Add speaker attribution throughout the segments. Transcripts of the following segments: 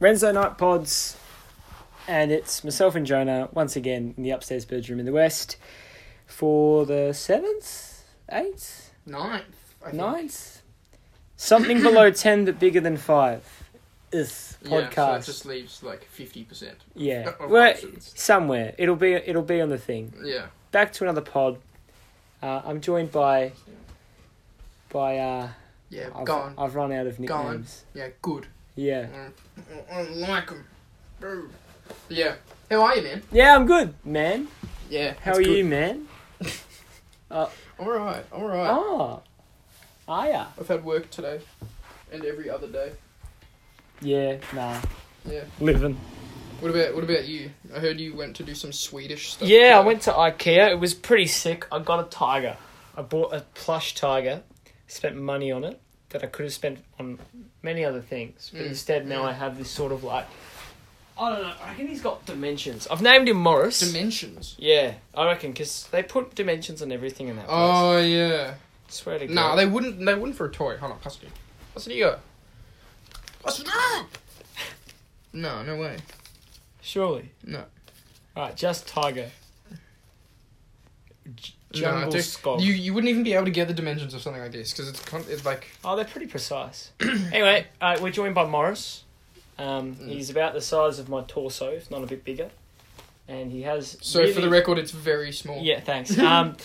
Speaker 1: Renzo Night Pods, and it's myself and Jonah once again in the upstairs bedroom in the West for the seventh, eighth,
Speaker 2: Ninth. I think.
Speaker 1: ninth, something below ten but bigger than five. Is
Speaker 2: Yeah,
Speaker 1: podcast.
Speaker 2: so it just leaves like 50%.
Speaker 1: Yeah,
Speaker 2: Of
Speaker 1: well,
Speaker 2: options.
Speaker 1: somewhere it'll be it'll be on the thing.
Speaker 2: Yeah.
Speaker 1: Back to another pod. Uh, I'm joined by by uh,
Speaker 2: Yeah,
Speaker 1: I've,
Speaker 2: gone.
Speaker 1: I've run out of
Speaker 2: Gone.
Speaker 1: nicknames.
Speaker 2: Yeah, good.
Speaker 1: Yeah,
Speaker 2: Mm, I don't like 'em. Bro. Yeah. How are you, man?
Speaker 1: yeah, I'm good, man.
Speaker 2: Yeah.
Speaker 1: How are you, man?
Speaker 2: Alright, alright.
Speaker 1: Ah, ah, yeah,
Speaker 2: I've had work today and every other day.
Speaker 1: yeah, nah,
Speaker 2: Yeah.
Speaker 1: living.
Speaker 2: What about what about you? I heard you went to do some Swedish stuff.
Speaker 1: Yeah, I
Speaker 2: today.
Speaker 1: went to IKEA. It was pretty sick. I got a tiger. I bought a plush tiger. Spent money on it that I could have spent on many other things, but
Speaker 2: Mm,
Speaker 1: instead now
Speaker 2: yeah.
Speaker 1: I have this sort of like I don't know. I reckon he's got dimensions. I've named him Morris.
Speaker 2: Dimensions.
Speaker 1: yeah, I reckon because they put dimensions on everything in that place.
Speaker 2: Oh yeah.
Speaker 1: swear to God.
Speaker 2: Nah, they wouldn't. They wouldn't for a toy. Hold on, pass it to you. Pass it to you. Pass it to you. No, no way.
Speaker 1: surely.
Speaker 2: No.
Speaker 1: All right, just tiger. J-
Speaker 2: no,
Speaker 1: jungle
Speaker 2: dude,
Speaker 1: skull.
Speaker 2: You you wouldn't even be able to get the dimensions of something like this because it's con- it's like
Speaker 1: Oh, they're pretty precise. anyway, uh, we're joined by Morris. Um,
Speaker 2: Mm.
Speaker 1: He's about the size of my torso, if not a bit bigger, and he has.
Speaker 2: so for the
Speaker 1: really-
Speaker 2: record it's very small.
Speaker 1: yeah, thanks. Um,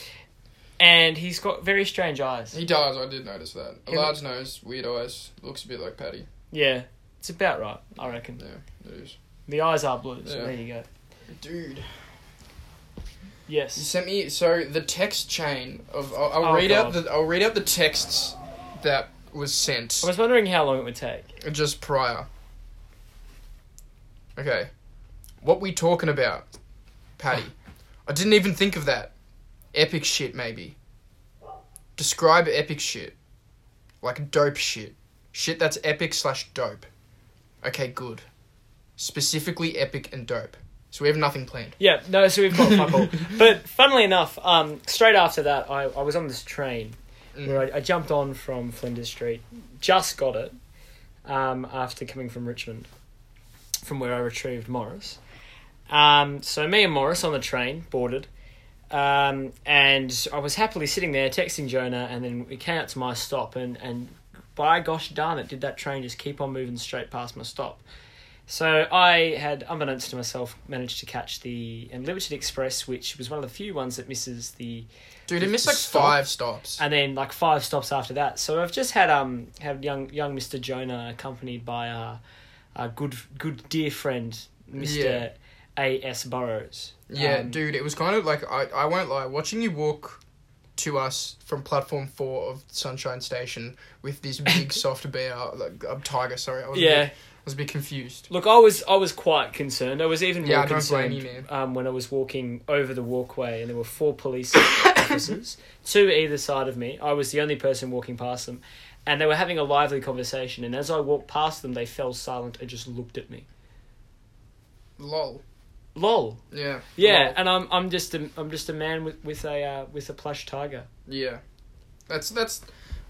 Speaker 1: and he's got very strange eyes.
Speaker 2: He does. I did notice that. A
Speaker 1: Yeah.
Speaker 2: large nose, weird eyes, looks a bit like Patty.
Speaker 1: Yeah, it's about right, I reckon.
Speaker 2: Yeah, it is.
Speaker 1: The eyes are blue, so
Speaker 2: Yeah.
Speaker 1: there you go.
Speaker 2: Dude, you
Speaker 1: Yes.
Speaker 2: sent me so the text chain of I'll, I'll
Speaker 1: Oh,
Speaker 2: read out
Speaker 1: God.
Speaker 2: the I'll read out the texts that was sent
Speaker 1: I was wondering how long it would take.
Speaker 2: just prior. Okay, what we talking about, Patty? I didn't even think of that. Epic shit, maybe. Describe epic shit, like dope shit, shit that's epic slash dope. Okay, good. Specifically epic and dope. So we have nothing planned.
Speaker 1: Yeah, no, so we've got fuck all. But funnily enough, um, straight after that, I, I was on this train
Speaker 2: Mm.
Speaker 1: where I, I jumped on from Flinders Street, just got it um, after coming from Richmond, from where I retrieved Morris. Um, so me and Morris on the train boarded, um, and I was happily sitting there texting Jonah, and then we came out to my stop, and, and by gosh darn it, did that train just keep on moving straight past my stop. So I had, unbeknownst to myself, managed to catch the Unlimited Express, which was one of the few ones that misses the
Speaker 2: Dude, it
Speaker 1: Just
Speaker 2: missed like
Speaker 1: stop.
Speaker 2: five stops.
Speaker 1: and then like five stops after that. So I've just had um had young young Mister Jonah accompanied by uh, a good good dear friend Mister A S Burrows.
Speaker 2: Yeah,
Speaker 1: Um,
Speaker 2: dude, it was kind of like I, I won't lie, watching you walk to us from platform four of Sunshine Station with this big soft bear, like um, tiger. Sorry, I was a
Speaker 1: Yeah.
Speaker 2: bit, I was a bit confused.
Speaker 1: Look, I was I was quite concerned. I was even
Speaker 2: Yeah,
Speaker 1: more
Speaker 2: I don't blame
Speaker 1: concerned
Speaker 2: you, man.
Speaker 1: um, when I was walking over the walkway and there were four police officers, two either side of me. I was the only person walking past them, and they were having a lively conversation. And as I walked past them, they fell silent and just looked at me.
Speaker 2: Lol.
Speaker 1: Lol.
Speaker 2: Yeah.
Speaker 1: Yeah,
Speaker 2: Lol.
Speaker 1: and I'm I'm just a I'm just a man with with a uh, with a plush tiger.
Speaker 2: Yeah. That's that's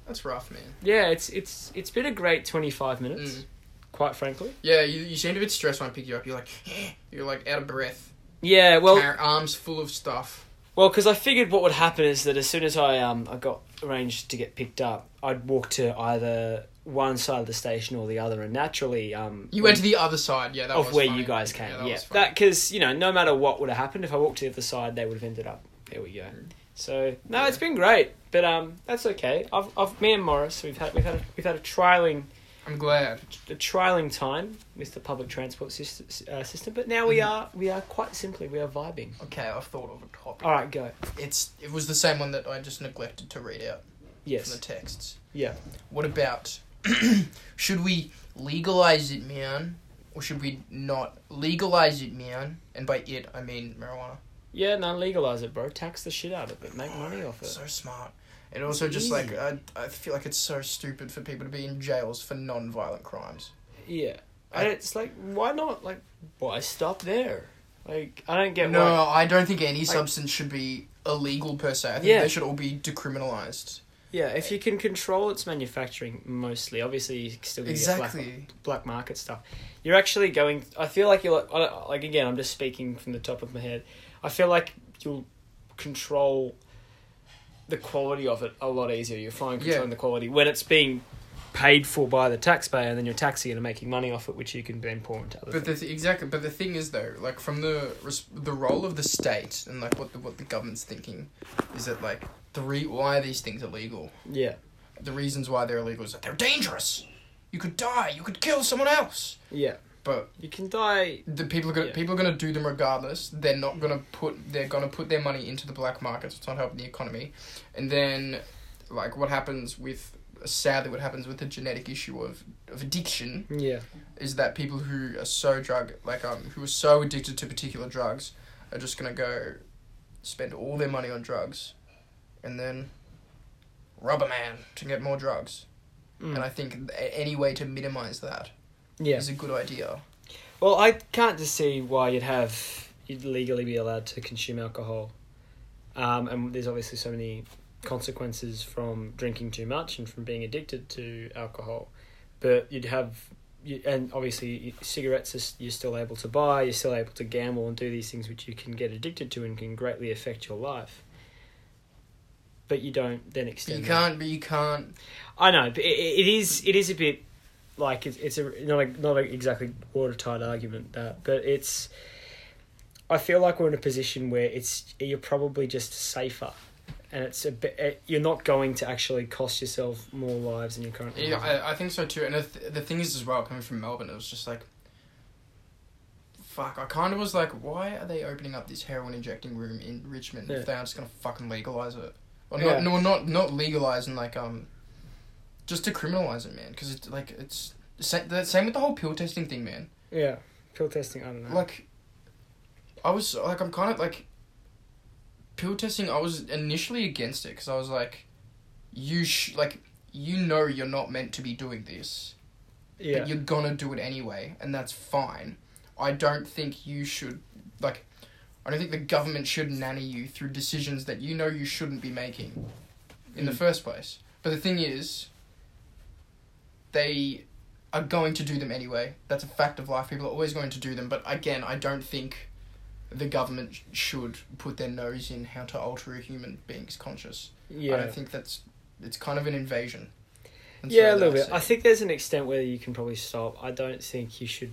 Speaker 2: that's rough, man.
Speaker 1: Yeah, it's it's it's been a great 25 minutes,
Speaker 2: Mm.
Speaker 1: quite frankly.
Speaker 2: Yeah, you, you seemed a bit stressed when I picked you up. You're like you're like out of breath.
Speaker 1: Yeah, well,
Speaker 2: Well, Our arms full of stuff.
Speaker 1: well, because I figured what would happen is that as soon as I um I got arranged to get picked up, I'd walk to either one side of the station or the other, and naturally um
Speaker 2: You went to the other side. Yeah, that
Speaker 1: of
Speaker 2: was
Speaker 1: where
Speaker 2: funny.
Speaker 1: you guys came.
Speaker 2: Yeah,
Speaker 1: Yeah,
Speaker 2: that was funny.
Speaker 1: that because you know no matter what would have happened if I walked to the other side, they would have ended up. There we go. So no,
Speaker 2: Mm. Yeah.
Speaker 1: it's been great, but um that's okay. I've I've me and Morris we've had we've had a, we've had a trialing
Speaker 2: I'm glad.
Speaker 1: a trialing time with the public transport system, uh, system but now we
Speaker 2: Mhm.
Speaker 1: are we are quite simply we are vibing.
Speaker 2: Okay, I've thought of a topic.
Speaker 1: All right, go.
Speaker 2: It's it was the same one that I just neglected to read out from
Speaker 1: Yes.
Speaker 2: the texts.
Speaker 1: Yeah.
Speaker 2: What about should we legalize it, man, or should we not legalize it, man? And by it, I mean marijuana.
Speaker 1: Yeah, no, legalize it, bro. Tax the shit out of it, but make money off it.
Speaker 2: So smart. And also, just like
Speaker 1: Easy.
Speaker 2: I, I feel like it's so stupid for people to be in jails for non-violent crimes.
Speaker 1: Yeah. And it's like, why not? Like, why stop there? Like, I don't get
Speaker 2: no,
Speaker 1: why.
Speaker 2: I don't think any
Speaker 1: Like-
Speaker 2: substance should be illegal per se. I think
Speaker 1: Yeah.
Speaker 2: they should all be decriminalized.
Speaker 1: Yeah, if you can control its manufacturing mostly, obviously you still can get black,
Speaker 2: Exactly.
Speaker 1: black market stuff. You're actually going. I feel like you're like, I don't- like again. I'm just speaking from the top of my head. I feel like you'll control the quality of it a lot easier. You're fine controlling
Speaker 2: Yeah.
Speaker 1: the quality when it's being paid for by the taxpayer, and then you're taxing it and making money off it, which you can then pour into other
Speaker 2: But
Speaker 1: things.
Speaker 2: the th- exactly, but the thing is though, like from the res- the role of the state and like what the what the government's thinking, is that like the re- why these things are legal.
Speaker 1: Yeah,
Speaker 2: The reasons why they're illegal is that they're dangerous. You could die. You could kill someone else.
Speaker 1: yeah.
Speaker 2: But
Speaker 1: You can die.
Speaker 2: the people are gonna
Speaker 1: Yeah.
Speaker 2: people are gonna do them regardless. They're not gonna put they're gonna put their money into the black market. So it's not helping the economy. And then, like what happens with sadly what happens with the genetic issue of of addiction
Speaker 1: Yeah,
Speaker 2: is that people who are so drug like um who are so addicted to particular drugs are just gonna go spend all their money on drugs and then rob a man to get more drugs
Speaker 1: Mm.
Speaker 2: and i think a- any way to minimize that is
Speaker 1: yeah.
Speaker 2: a good idea
Speaker 1: Well, I can't just see why you'd have you'd legally be allowed to consume alcohol, um, and there's obviously so many consequences from drinking too much and from being addicted to alcohol, but you'd have. You, and obviously, you- cigarettes is- you're still able to buy, you're still able to gamble and do these things which you can get addicted to and can greatly affect your life. But you don't then
Speaker 2: but you
Speaker 1: extend. that.
Speaker 2: can't but you can't
Speaker 1: I know, but it, it is it is a bit like it's it's a not a, not a exactly watertight argument that, but it's. I feel like we're in a position where it's you're probably just safer, and it's a bit, eh, you're not going to actually cost yourself more lives than you're currently.
Speaker 2: yeah
Speaker 1: living.
Speaker 2: i, I think so too and the, th- the thing is as well coming from melbourne it was just like fuck i kind of was like why are they opening up this heroin injecting room in richmond
Speaker 1: Yeah.
Speaker 2: if they are just gonna fucking legalize it well,
Speaker 1: Yeah.
Speaker 2: not, no, not not legalizing like um, just to criminalize it, man. Because it's like it's sa- the same with the whole pill testing thing, man.
Speaker 1: yeah, pill testing. I don't know.
Speaker 2: Like, I was like I'm kind of like pill testing. I was initially against it because I was like, you sh- like you know you're not meant to be doing this,
Speaker 1: yeah,
Speaker 2: but you're gonna do it anyway, and that's fine. I don't think you should like. I don't think the government should nanny you through decisions that you know you shouldn't be making in the
Speaker 1: Mm.
Speaker 2: first place. But the thing is, they are going to do them anyway. That's a fact of life. People are always going to do them. But again, I don't think the government sh- should put their nose in how to alter a human being's conscience.
Speaker 1: yeah.
Speaker 2: I don't think that's. It's kind of an invasion. And so
Speaker 1: Yeah, a little
Speaker 2: that's
Speaker 1: bit. I
Speaker 2: it.
Speaker 1: think there's an extent where you can probably stop. I don't think you should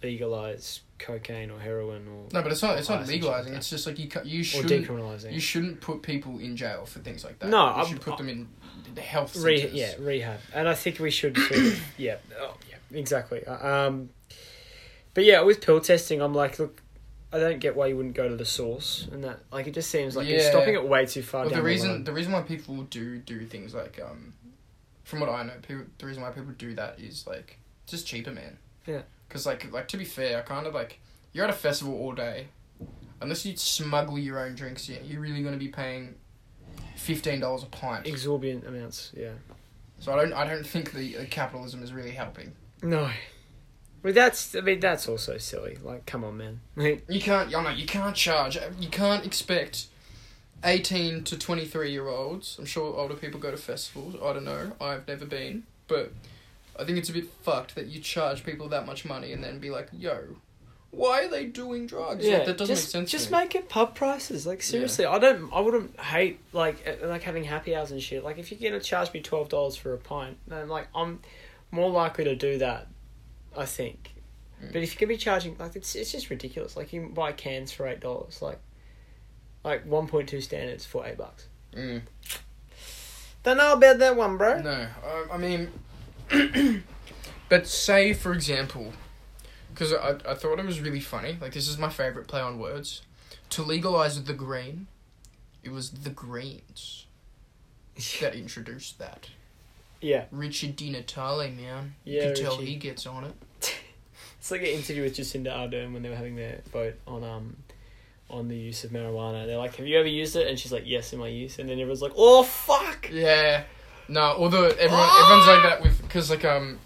Speaker 1: legalize cocaine or heroin or
Speaker 2: No, but it's not. It's not
Speaker 1: Legalising shit like
Speaker 2: legalizing.
Speaker 1: that.
Speaker 2: It's just like you. ca- You
Speaker 1: Oh, or
Speaker 2: shouldn't.
Speaker 1: decriminalizing.
Speaker 2: You shouldn't put people in jail for things like that.
Speaker 1: No,
Speaker 2: you
Speaker 1: I'm-
Speaker 2: should put them in the health
Speaker 1: Re-
Speaker 2: centers.
Speaker 1: yeah, rehab, and I think we should. Sort of, yeah, oh, yeah, exactly. Uh, Um, but yeah, with pill testing, I'm like, look, I don't get why you wouldn't go to the source, and that like it just seems like you're
Speaker 2: Yeah.
Speaker 1: stopping it way too far
Speaker 2: Well,
Speaker 1: down
Speaker 2: the reason
Speaker 1: line.
Speaker 2: the reason why people do do things like um, from what I know, people, the reason why people do that is like just cheaper, man.
Speaker 1: Yeah.
Speaker 2: Because like like to be fair, I kind of like you're at a festival all day, unless you smuggle your own drinks in, you're really gonna be paying fifteen dollars a pint.
Speaker 1: Exorbitant amounts, yeah.
Speaker 2: so I don't I don't think the, the capitalism is really helping.
Speaker 1: No, well, that's I mean that's also silly. Like, come on, man. Like,
Speaker 2: You can't. I know you can't charge. You can't expect eighteen to twenty three year olds. I'm sure older people go to festivals. I don't know. I've never been, but I think it's a bit fucked that you charge people that much money and then be like, "Yo, why are they doing drugs?"
Speaker 1: yeah,
Speaker 2: like, that doesn't
Speaker 1: just,
Speaker 2: make sense. to
Speaker 1: Just
Speaker 2: me.
Speaker 1: make it pub prices. Like seriously, I don't. I wouldn't hate like uh, like having happy hours and shit. Like if you're gonna charge me twelve dollars for a pint, then like I'm more likely to do that. I think.
Speaker 2: Mm.
Speaker 1: But if you could be charging like it's it's just ridiculous. Like you can buy cans for eight dollars. Like like one point two standards for eight bucks.
Speaker 2: Mm.
Speaker 1: Don't know about that one, bro.
Speaker 2: No, I, I mean, but say for example, because I, I thought it was really funny. Like this is my favorite play on words. To legalize the green, it was the Greens that introduced that.
Speaker 1: Yeah,
Speaker 2: Richard Di Natale, man.
Speaker 1: Yeah,
Speaker 2: you can tell
Speaker 1: Richie.
Speaker 2: he gets on it.
Speaker 1: it's like an interview with Jacinda Ardern when they were having their vote on um on the use of marijuana. They're like, "Have you ever used it?" And she's like, "Yes, in my use." And then everyone's like, "Oh fuck!"
Speaker 2: Yeah. No, although everyone everyone's like that with because like um.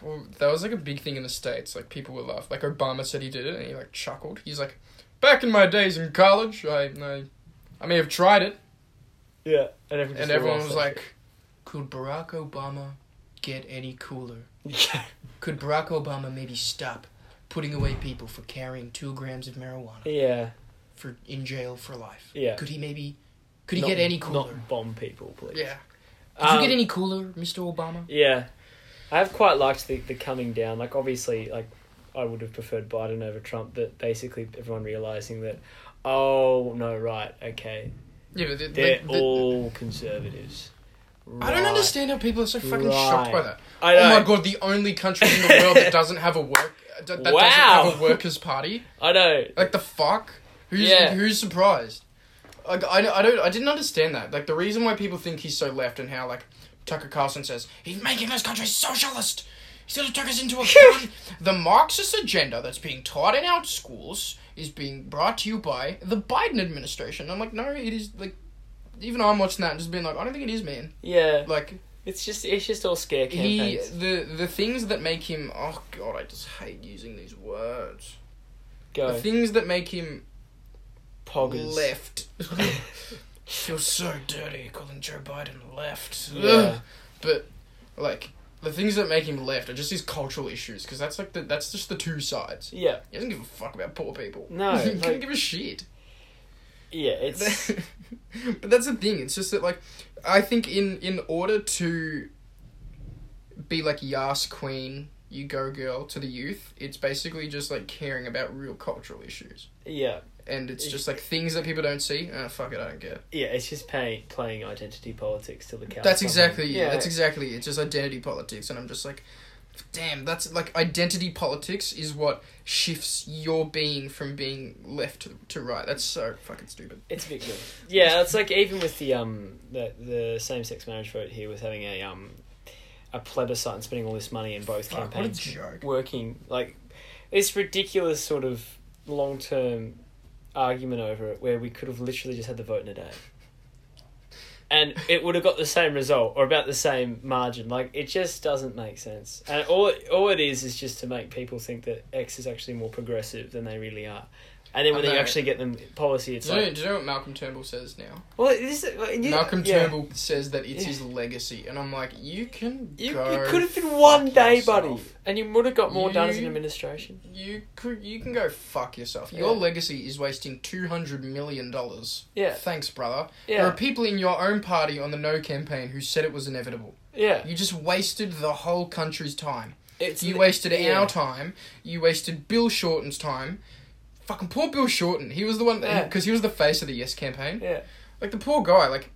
Speaker 2: Well, that was like a big thing in the states. Like people were laugh. Like Obama said he did it, and he like chuckled. He's like, back in my days in college, I I, I may have tried it,
Speaker 1: Yeah, and everyone,
Speaker 2: and everyone was like, "Could Barack Obama get any cooler?
Speaker 1: yeah.
Speaker 2: Could Barack Obama maybe stop putting away people for carrying two grams of marijuana
Speaker 1: yeah,
Speaker 2: for in jail for life?
Speaker 1: Yeah.
Speaker 2: Could he maybe? Could he
Speaker 1: Not-
Speaker 2: get any cooler?
Speaker 1: Not bomb people, please.
Speaker 2: Yeah. Could
Speaker 1: Um,
Speaker 2: you get any cooler, Mr. Obama?
Speaker 1: Yeah, I have quite liked the the coming down. Like obviously, like I would have preferred Biden over Trump, but basically everyone realizing that. Oh no! Right. Okay.
Speaker 2: Yeah, but the,
Speaker 1: They're
Speaker 2: the- the-
Speaker 1: all conservatives.
Speaker 2: I don't
Speaker 1: Right.
Speaker 2: understand how people are so fucking shocked by
Speaker 1: Right.
Speaker 2: that.
Speaker 1: I
Speaker 2: Oh
Speaker 1: know.
Speaker 2: my god, the only country in the world that doesn't have a work that, that
Speaker 1: Wow.
Speaker 2: doesn't have a workers' party.
Speaker 1: I know.
Speaker 2: Like the fuck? Who's
Speaker 1: Yeah.
Speaker 2: who's surprised? Like I, I don't I didn't understand that. Like the reason why people think he's so left and how like Tucker Carlson says he's making this country socialist. He's gonna turn us into a country. the Marxist agenda that's being taught in our schools is being brought to you by the Biden administration. I'm like, no, it is like. Even I'm watching that and just being like, I don't think it is, man.
Speaker 1: Yeah.
Speaker 2: Like
Speaker 1: It's just it's just all scare
Speaker 2: he,
Speaker 1: campaigns.
Speaker 2: the the things that make him. Oh God, I just hate using these words. The
Speaker 1: Go
Speaker 2: things that make him
Speaker 1: poggers.
Speaker 2: left. Feels so dirty calling Joe Biden left.
Speaker 1: Yeah.
Speaker 2: But like the things that make him left are just these cultural issues because that's like the, that's just the two sides.
Speaker 1: Yeah.
Speaker 2: He doesn't give a fuck about poor people.
Speaker 1: No,
Speaker 2: he doesn't
Speaker 1: like-
Speaker 2: give a shit.
Speaker 1: Yeah. It's
Speaker 2: but that's the thing. It's just that like I think in in order to be like Yas Queen, you go girl to the youth, it's basically just like caring about real cultural issues.
Speaker 1: yeah.
Speaker 2: And it's just like things that people don't see. Oh, fuck it, I don't care.
Speaker 1: Yeah, it's just paying, playing identity politics till the cows.
Speaker 2: That's
Speaker 1: come
Speaker 2: exactly
Speaker 1: home.
Speaker 2: yeah. That's exactly it. it's just identity politics, and I'm just like, damn, that's like identity politics is what shifts your being from being left to, to right. That's so fucking stupid.
Speaker 1: It's a bit good. Yeah, it's like even with the um the the same sex marriage vote here with having a um a plebiscite and spending all this money in both
Speaker 2: Fuck, what a
Speaker 1: campaigns
Speaker 2: joke.
Speaker 1: working like this ridiculous sort of long term argument over it where we could have literally just had the vote in a day. And it would have got the same result or about the same margin. Like it just doesn't make sense. And all it, all it is is just to make people think that X is actually more progressive than they really are. And then when
Speaker 2: I
Speaker 1: you
Speaker 2: know.
Speaker 1: actually get them policy, it's
Speaker 2: Do you, know,
Speaker 1: like
Speaker 2: do you know what Malcolm Turnbull says now?
Speaker 1: well, this is, well, you,
Speaker 2: Malcolm
Speaker 1: yeah.
Speaker 2: Turnbull says that it's
Speaker 1: Yeah.
Speaker 2: his legacy, and I'm like, you can
Speaker 1: You,
Speaker 2: go.
Speaker 1: it could have been one
Speaker 2: fuck
Speaker 1: day, buddy,
Speaker 2: yourself.
Speaker 1: and you would have got more done as an
Speaker 2: You-
Speaker 1: administration.
Speaker 2: You could. You can go fuck yourself. Your
Speaker 1: Yeah.
Speaker 2: legacy is wasting two hundred million dollars.
Speaker 1: Yeah.
Speaker 2: Thanks, brother. There are
Speaker 1: Yeah,
Speaker 2: people in your own party on the No campaign who said it was inevitable.
Speaker 1: yeah.
Speaker 2: You just wasted the whole country's time.
Speaker 1: It's
Speaker 2: You wasted
Speaker 1: yeah.
Speaker 2: our time. You wasted Bill Shorten's time. Fucking poor Bill Shorten. He was the one
Speaker 1: Yeah.
Speaker 2: that because he was the face of the Yes campaign.
Speaker 1: Yeah,
Speaker 2: Like the poor guy. Like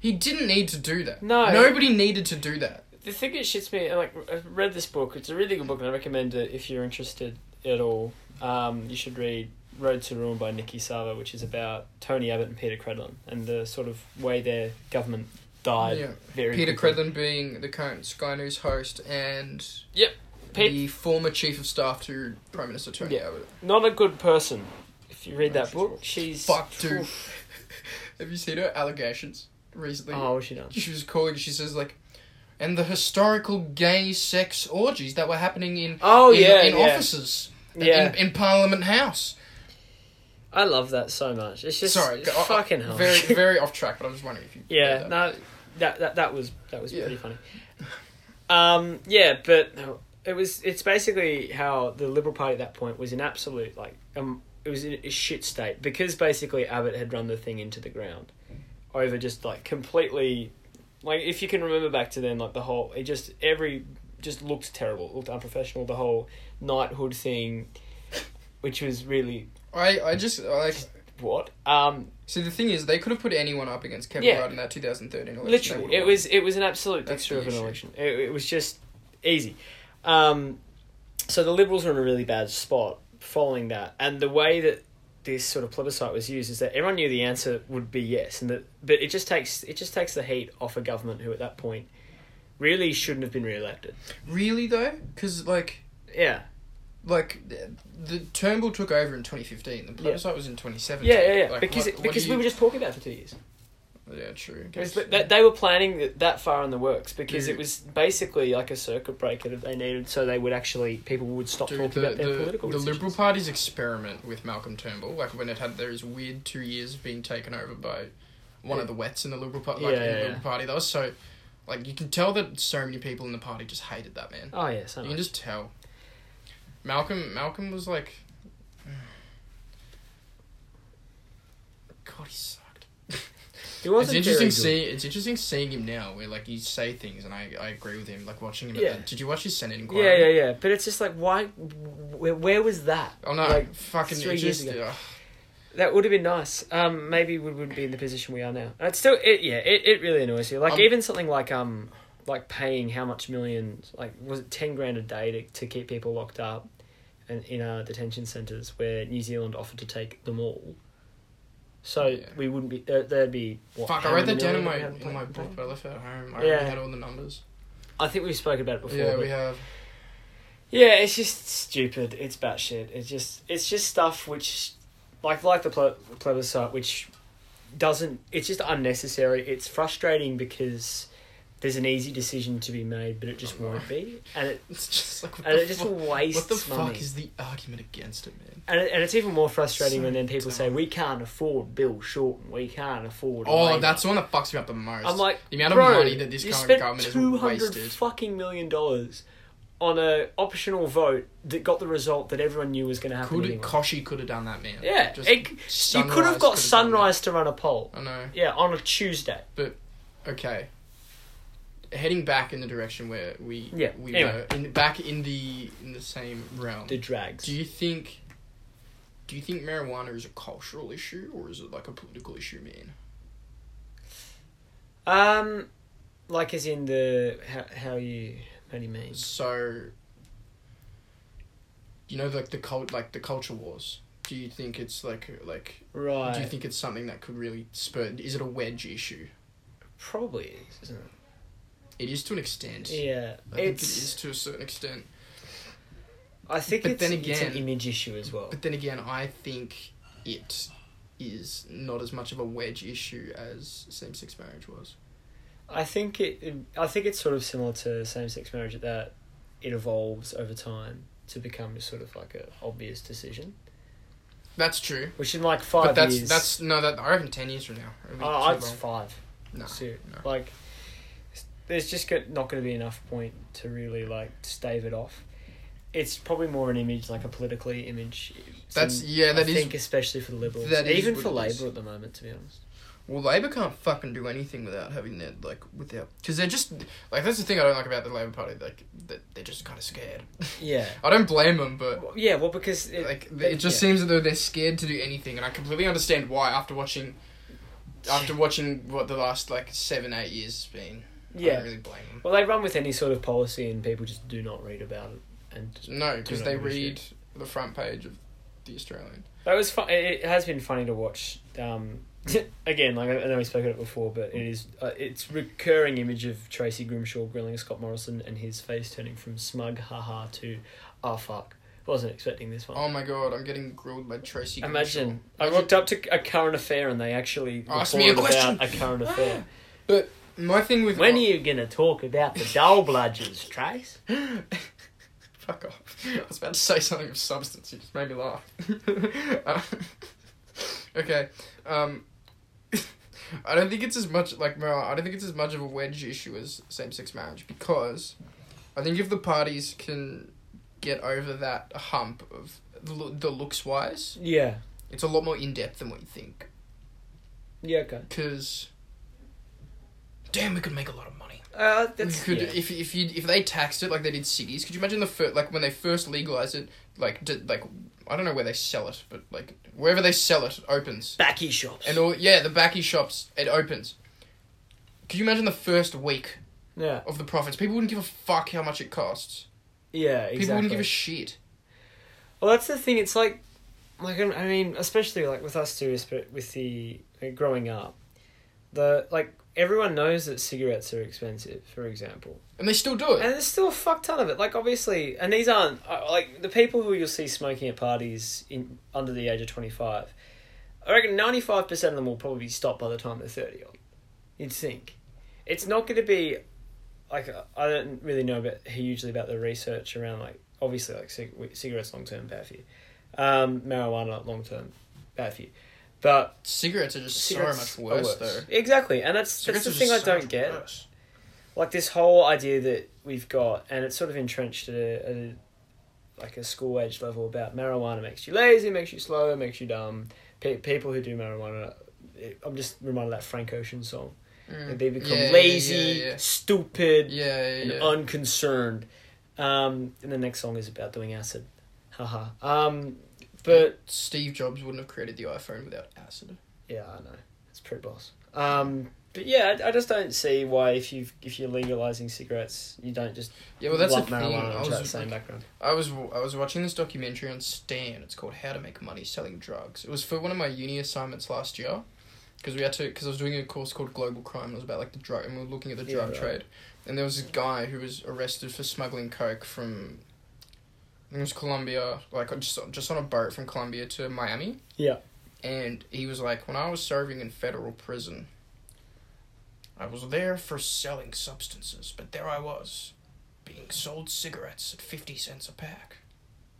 Speaker 2: he didn't need to do that.
Speaker 1: No.
Speaker 2: nobody needed to do that.
Speaker 1: the thing that shits me, like I read this book. It's a really good book, and I recommend it if you're interested at all. Um, you should read Road to Ruin by Nikki Sava, which is about Tony Abbott and Peter Credlin and the sort of way their government died.
Speaker 2: Yeah.
Speaker 1: Very
Speaker 2: Peter
Speaker 1: quickly.
Speaker 2: Credlin being the current Sky News host and
Speaker 1: Yep. Pete-
Speaker 2: the former chief of staff to Prime Minister Tony
Speaker 1: Yeah.
Speaker 2: Abbott.
Speaker 1: not a good person. If you read that
Speaker 2: She's
Speaker 1: book, she's
Speaker 2: Fuck, dude. Have you seen her allegations recently?
Speaker 1: Oh, what's she done?
Speaker 2: she was calling. She says like, and the historical gay sex orgies that were happening in
Speaker 1: Oh
Speaker 2: in,
Speaker 1: yeah,
Speaker 2: in
Speaker 1: yeah.
Speaker 2: offices and
Speaker 1: Yeah.
Speaker 2: in, in Parliament House.
Speaker 1: I love that so much. It's just
Speaker 2: Sorry,
Speaker 1: it's
Speaker 2: go- I- I-
Speaker 1: fucking hell.
Speaker 2: Very very off track, but I was just wondering if you.
Speaker 1: yeah,
Speaker 2: heard that.
Speaker 1: no, that that that was that was
Speaker 2: Yeah.
Speaker 1: pretty funny. Um, yeah, but it was it's basically how the Liberal Party at that point was in absolute like um it was in a shit state because basically Abbott had run the thing into the ground over just like completely like if you can remember back to then like the whole it just every just looked terrible looked unprofessional the whole knighthood thing which was really
Speaker 2: I I just I like.
Speaker 1: what um
Speaker 2: See, the thing is, they could have put anyone up against Kevin
Speaker 1: Yeah.
Speaker 2: Rudd in that 2013 election. They
Speaker 1: literally
Speaker 2: would've
Speaker 1: it
Speaker 2: won.
Speaker 1: was it was an absolute
Speaker 2: That's
Speaker 1: fixture
Speaker 2: the
Speaker 1: of an
Speaker 2: issue.
Speaker 1: election it, it was just easy um, so the liberals were in a really bad spot following that and the way that this sort of plebiscite was used is that everyone knew the answer would be yes and that but it just takes it just takes the heat off a government who at that point really shouldn't have been re-elected
Speaker 2: really though, because like
Speaker 1: yeah
Speaker 2: like the, the Turnbull took over in 2015. The plebiscite was in 2017.
Speaker 1: yeah yeah yeah
Speaker 2: Like,
Speaker 1: because
Speaker 2: what-
Speaker 1: it,
Speaker 2: what do
Speaker 1: because we
Speaker 2: you-
Speaker 1: were just talking about it for two years
Speaker 2: yeah true.
Speaker 1: It was, that, they were planning th- that far in the works because
Speaker 2: Dude.
Speaker 1: it was basically like a circuit breaker that they needed, so they would actually people would stop
Speaker 2: Dude,
Speaker 1: talking
Speaker 2: the,
Speaker 1: about their
Speaker 2: the,
Speaker 1: political
Speaker 2: the
Speaker 1: decisions.
Speaker 2: Liberal Party's experiment with Malcolm Turnbull, like when it had those weird two years of being taken over by one of the wets in the Liberal Party. Like,
Speaker 1: Yeah,
Speaker 2: in the
Speaker 1: yeah,
Speaker 2: Liberal
Speaker 1: yeah.
Speaker 2: Party, they were so like you can tell that so many people in the party just hated that man.
Speaker 1: Oh yeah, so
Speaker 2: You can just tell. Malcolm Malcolm was like God he sucked.
Speaker 1: He wasn't
Speaker 2: it's interesting
Speaker 1: very good.
Speaker 2: see it's interesting seeing him now where like you say things and I, I agree with him, like watching him
Speaker 1: Yeah.
Speaker 2: at the, did you watch his Senate inquiry?
Speaker 1: Yeah, yeah, yeah. But it's just like, why? Where, where was that?
Speaker 2: Oh no,
Speaker 1: Like,
Speaker 2: fucking
Speaker 1: three
Speaker 2: it
Speaker 1: years
Speaker 2: just uh,
Speaker 1: ago.
Speaker 2: ugh.
Speaker 1: That would have been nice. Um, maybe we wouldn't be in the position we are now. It's still, it yeah, it, it really annoys you. Like
Speaker 2: Um,
Speaker 1: even something like um, like paying how much millions, like was it ten grand a day to to keep people locked up, and in our detention centres where New Zealand offered to take them all. So
Speaker 2: Yeah.
Speaker 1: we wouldn't be. There, there'd be. What,
Speaker 2: Fuck,
Speaker 1: how
Speaker 2: I wrote
Speaker 1: many
Speaker 2: that down in my
Speaker 1: million we
Speaker 2: in my
Speaker 1: haven't
Speaker 2: book
Speaker 1: played?
Speaker 2: but I left it at home. I
Speaker 1: Yeah.
Speaker 2: already had all the numbers.
Speaker 1: I think we've spoken about it before.
Speaker 2: yeah,
Speaker 1: but-
Speaker 2: we have
Speaker 1: Yeah, it's just stupid. It's batshit. It's just it's just stuff which, like like the ple- plebiscite, which doesn't. It's just unnecessary. It's frustrating because there's an easy decision to be made, but it just won't be, and it
Speaker 2: it's just like Oh, what
Speaker 1: and
Speaker 2: the
Speaker 1: it just
Speaker 2: fuck-
Speaker 1: wastes
Speaker 2: What the fuck
Speaker 1: money.
Speaker 2: is the argument against it, man?
Speaker 1: and, it, and it's even more frustrating
Speaker 2: So
Speaker 1: when then people say
Speaker 2: dumb.
Speaker 1: we can't afford Bill Shorten, we can't afford.
Speaker 2: Oh,
Speaker 1: Labour."
Speaker 2: that's the one that fucks me up the most.
Speaker 1: I'm like
Speaker 2: the amount of
Speaker 1: bro,
Speaker 2: money that this
Speaker 1: you
Speaker 2: current
Speaker 1: spent
Speaker 2: government has
Speaker 1: 200
Speaker 2: wasted.
Speaker 1: fucking million dollars on a optional vote that got the result that everyone knew was going to happen.
Speaker 2: Could
Speaker 1: anyway.
Speaker 2: Koshi could have done that, man?
Speaker 1: Yeah,
Speaker 2: Just
Speaker 1: it- you could have got
Speaker 2: could've done
Speaker 1: Sunrise to run a poll.
Speaker 2: that. I know.
Speaker 1: Yeah, on a Tuesday.
Speaker 2: Okay. Heading back in the direction where we
Speaker 1: Yeah,
Speaker 2: we
Speaker 1: anyway.
Speaker 2: were in, back in the in the same realm.
Speaker 1: The drags.
Speaker 2: do you think? Do you think marijuana is a cultural issue or is it like a political issue, man?
Speaker 1: um, like as in the how how you how do you mean?
Speaker 2: So, you know, like the cult, like the culture wars. Do you think it's like like
Speaker 1: Right.
Speaker 2: Do you think it's something that could really spur? Is it a wedge issue?
Speaker 1: probably is, isn't it?
Speaker 2: It is to an extent.
Speaker 1: Yeah,
Speaker 2: I think it is
Speaker 1: it's.
Speaker 2: to a certain extent.
Speaker 1: I think
Speaker 2: but
Speaker 1: it's,
Speaker 2: then
Speaker 1: it's an
Speaker 2: again-
Speaker 1: image issue as well.
Speaker 2: But then again, I think it is not as much of a wedge issue as same-sex marriage was.
Speaker 1: I think it. I think it's sort of similar to same-sex marriage that it evolves over time to become sort of like a obvious decision,
Speaker 2: That's true.
Speaker 1: which in like five
Speaker 2: but that's
Speaker 1: years.
Speaker 2: that's no that I reckon ten years from now. it'll be
Speaker 1: Oh,
Speaker 2: too
Speaker 1: it's
Speaker 2: long.
Speaker 1: five.
Speaker 2: No,
Speaker 1: Ser-
Speaker 2: no.
Speaker 1: Like, s- there's just go- not going to be enough point to really like stave it off. It's probably more an image, like a politically image.
Speaker 2: That's
Speaker 1: thing,
Speaker 2: yeah. That
Speaker 1: I
Speaker 2: is
Speaker 1: think especially for the liberals,
Speaker 2: that is
Speaker 1: even
Speaker 2: what
Speaker 1: for
Speaker 2: it is.
Speaker 1: Labour at the moment, to be honest.
Speaker 2: well, Labor can't fucking do anything without having their like without because they're just like that's the thing I don't like about the Labor Party. Like that they're just kind of scared.
Speaker 1: Yeah.
Speaker 2: I don't blame them, but
Speaker 1: Well, yeah. Well, because it,
Speaker 2: like
Speaker 1: they-
Speaker 2: it just
Speaker 1: yeah.
Speaker 2: seems as though they're scared to do anything, and I completely understand why after watching, after watching what the last like seven eight years has been. I
Speaker 1: yeah.
Speaker 2: don't really blame them.
Speaker 1: Well, they run with any sort of policy, and people just do not read about it. And just-
Speaker 2: No, because
Speaker 1: not
Speaker 2: they
Speaker 1: give a shit.
Speaker 2: read the front page of the Australian.
Speaker 1: that was fun. It it has been funny to watch. Um, again, like I I know we spoke about it before, but it is uh, it's recurring image of Tracy Grimshaw grilling Scott Morrison and his face turning from smug haha to ah fuck. Wasn't expecting this one.
Speaker 2: Oh my god, I'm getting grilled by Tracy. Grimshaw.
Speaker 1: Imagine I looked up to a current affair and they actually
Speaker 2: Ask me a
Speaker 1: reported about
Speaker 2: question.
Speaker 1: a current affair.
Speaker 2: My thing with
Speaker 1: when are you gonna talk about the dull bludgers, Trace?
Speaker 2: Fuck off. I was about to say something of substance. You just made me laugh. Uh, okay. Um, I don't think it's as much like marijuana. I don't think it's as much of a wedge issue as same-sex marriage because I think if the parties can get over that hump of the, loo- the looks wise,
Speaker 1: Yeah.
Speaker 2: it's a lot more in depth than what you think.
Speaker 1: Yeah. Okay.
Speaker 2: Because damn, we could make a lot of money.
Speaker 1: Uh,
Speaker 2: We
Speaker 1: that's
Speaker 2: could
Speaker 1: yeah.
Speaker 2: if if you if they taxed it like they did cities. Could you imagine the first like when they first legalized it? Like did, like I don't know where they sell it, but like wherever they sell it opens,
Speaker 1: backy shops.
Speaker 2: and all yeah the backy shops it opens. Could you imagine the first week
Speaker 1: yeah.
Speaker 2: of the profits? People wouldn't give a fuck how much it costs.
Speaker 1: Yeah. Exactly.
Speaker 2: People wouldn't give a shit.
Speaker 1: Well, that's the thing. It's like, like I I mean, especially like with us too, but with the uh, growing up, the like everyone knows that cigarettes are expensive, for example,
Speaker 2: And they still do it.
Speaker 1: and there's still a fuck ton of it. Like obviously, and these aren't uh, like the people who you'll see smoking at parties in under the age of twenty five. I reckon ninety five percent of them will probably be stopped by the time they're thirty odd. You'd think, it's not going to be like uh, I don't really know about hugely about the research around like obviously like cig- cigarettes long term bad for you, um, marijuana long term bad for you, But
Speaker 2: Cigarettes are just
Speaker 1: cigarettes
Speaker 2: so
Speaker 1: are
Speaker 2: much worse, though.
Speaker 1: Exactly, and that's
Speaker 2: Cigarettes
Speaker 1: that's the
Speaker 2: are
Speaker 1: thing
Speaker 2: just
Speaker 1: I
Speaker 2: so
Speaker 1: don't
Speaker 2: much
Speaker 1: get.
Speaker 2: worse.
Speaker 1: Like this whole idea that we've got, and it's sort of entrenched at a, at a like a school age level about marijuana makes you lazy, makes you slow, makes you dumb. Pe- people who do marijuana, it, I'm just reminded of that Frank Ocean song.
Speaker 2: Mm.
Speaker 1: They become
Speaker 2: Yeah, yeah,
Speaker 1: lazy, Oh.
Speaker 2: Yeah, yeah.
Speaker 1: stupid,
Speaker 2: yeah,
Speaker 1: and
Speaker 2: yeah.
Speaker 1: unconcerned. Um, and the next song is about doing acid. Haha. Um, but
Speaker 2: Steve Jobs wouldn't have created the iPhone without acid.
Speaker 1: yeah, I know it's pretty boss. Um, but yeah, I, I just don't see why if you if you're legalizing cigarettes, you don't just
Speaker 2: Yeah, well, that's
Speaker 1: lump
Speaker 2: the thing.
Speaker 1: marijuana
Speaker 2: I
Speaker 1: onto that
Speaker 2: was,
Speaker 1: same background.
Speaker 2: I was I was watching this documentary on Stan. It's called How to Make Money Selling Drugs. It was for one of my uni assignments last year, because we had to because I was doing a course called Global Crime. And it was about like the drug, and we were looking at the
Speaker 1: Yeah,
Speaker 2: drug
Speaker 1: right.
Speaker 2: trade. And there was this guy who was arrested for smuggling coke from, I think it was Colombia, like just just on a boat from Colombia to Miami.
Speaker 1: Yeah.
Speaker 2: And he was like, when I was serving in federal prison, I was there for selling substances, but there I was, being sold cigarettes at fifty cents a pack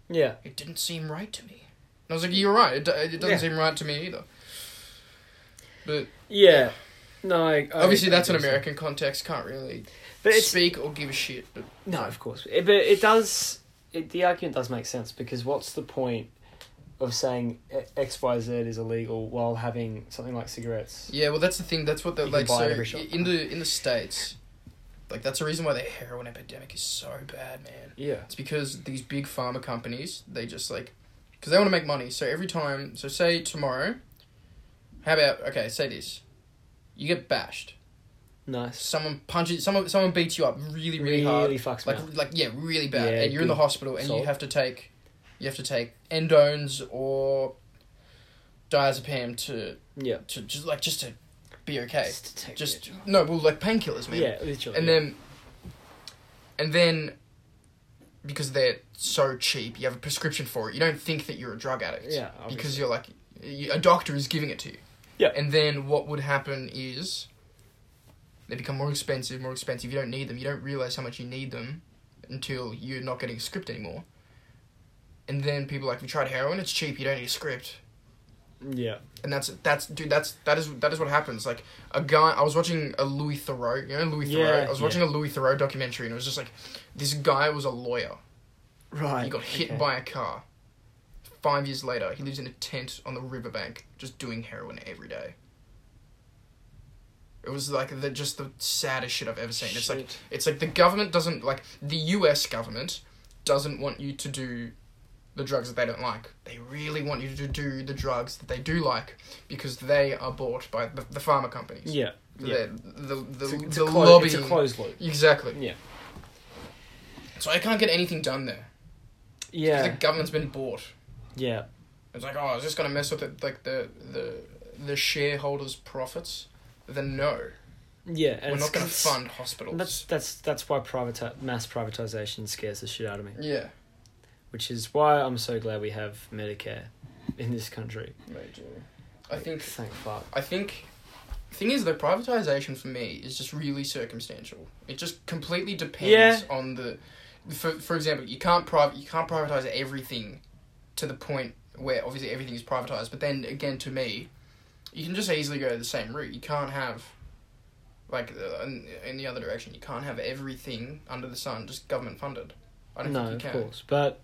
Speaker 1: Yeah,
Speaker 2: it didn't seem right to me. And I was like, you're right. It, do- it doesn't
Speaker 1: Yeah.
Speaker 2: seem right to me either. But
Speaker 1: yeah. No, I, I-
Speaker 2: obviously, that's
Speaker 1: I
Speaker 2: an
Speaker 1: guess-
Speaker 2: American context. Can't really
Speaker 1: But it's
Speaker 2: speak or give a shit. But
Speaker 1: No, of course. It, but it does. It, the argument does make sense because what's the point of saying e, X Y Z is illegal while having something like cigarettes?
Speaker 2: yeah, well, that's the thing. That's what the
Speaker 1: You can
Speaker 2: like.
Speaker 1: buy
Speaker 2: So
Speaker 1: it every shop.
Speaker 2: in the in the states, like that's the reason why the heroin epidemic is so bad, man.
Speaker 1: Yeah.
Speaker 2: It's because these big pharma companies they just like because they want to make money. So every time, so say tomorrow, how about okay? Say this, you get bashed.
Speaker 1: Nice.
Speaker 2: Someone punches. Someone someone beats you up really really hard.
Speaker 1: Really fucks me
Speaker 2: like
Speaker 1: up.
Speaker 2: like yeah, really bad.
Speaker 1: Yeah,
Speaker 2: and you're in the
Speaker 1: good
Speaker 2: hospital, and you
Speaker 1: salt.
Speaker 2: have to take, you have to take endones or diazepam to
Speaker 1: Yeah.
Speaker 2: to just like just to be okay.
Speaker 1: Just, to take
Speaker 2: Just
Speaker 1: it.
Speaker 2: no, well like painkillers, man.
Speaker 1: yeah, literally.
Speaker 2: And then, and then, because they're so cheap, you have a prescription for it. You don't think that you're a drug addict.
Speaker 1: yeah,
Speaker 2: Because you're like, you, a doctor is giving it to you.
Speaker 1: Yeah.
Speaker 2: And then what would happen is they become more expensive, more expensive. You don't need them. You don't realize how much you need them until you're not getting a script anymore. And then people are like, we tried heroin. It's cheap. You don't need a script.
Speaker 1: obviously. yeah,
Speaker 2: And that's that's dude. That's that is that is what happens. Like a guy. I was watching a Louis Thoreau. You know Louis Thoreau.
Speaker 1: Yeah,
Speaker 2: I was
Speaker 1: yeah.
Speaker 2: watching a Louis Thoreau documentary, and it was just like, this guy was a lawyer.
Speaker 1: right.
Speaker 2: He got hit
Speaker 1: okay.
Speaker 2: by a car. Five years later, he lives in a tent on the riverbank, just doing heroin every day. It was like the just the saddest shit I've ever seen. It's like
Speaker 1: Shit.
Speaker 2: it's like the government doesn't like the U.S. government doesn't want you to do the drugs that they don't like. They really want you to do the drugs that they do like because they are bought by the, the pharma companies.
Speaker 1: yeah, yeah.
Speaker 2: The the the,
Speaker 1: it's a, it's,
Speaker 2: the
Speaker 1: a clo- it's
Speaker 2: lobbying.
Speaker 1: a closed loop.
Speaker 2: Exactly.
Speaker 1: Yeah,
Speaker 2: So I can't get anything done there. 'Cause
Speaker 1: yeah,
Speaker 2: The government's been bought.
Speaker 1: yeah.
Speaker 2: It's like, oh, is this gonna mess with the, like the the the shareholders' profits? Then no,
Speaker 1: Yeah, and
Speaker 2: we're
Speaker 1: it's
Speaker 2: not gonna
Speaker 1: cons-
Speaker 2: fund
Speaker 1: and
Speaker 2: hospitals.
Speaker 1: That's that's that's why privati- mass privatization scares the shit out of me.
Speaker 2: yeah,
Speaker 1: Which is why I'm so glad we have Medicare in this country.
Speaker 2: major. I think
Speaker 1: Thank fuck.
Speaker 2: I think thing is though privatization for me is just really circumstantial. It just completely depends on the. For for example, you can't private you can't privatize everything, to the point where obviously everything is privatized. But then again, to me, you can just easily go the same route. You can't have. Like uh, in, in the other direction, you can't have everything under the sun just government funded. I don't
Speaker 1: No,
Speaker 2: think
Speaker 1: of
Speaker 2: you can.
Speaker 1: course, but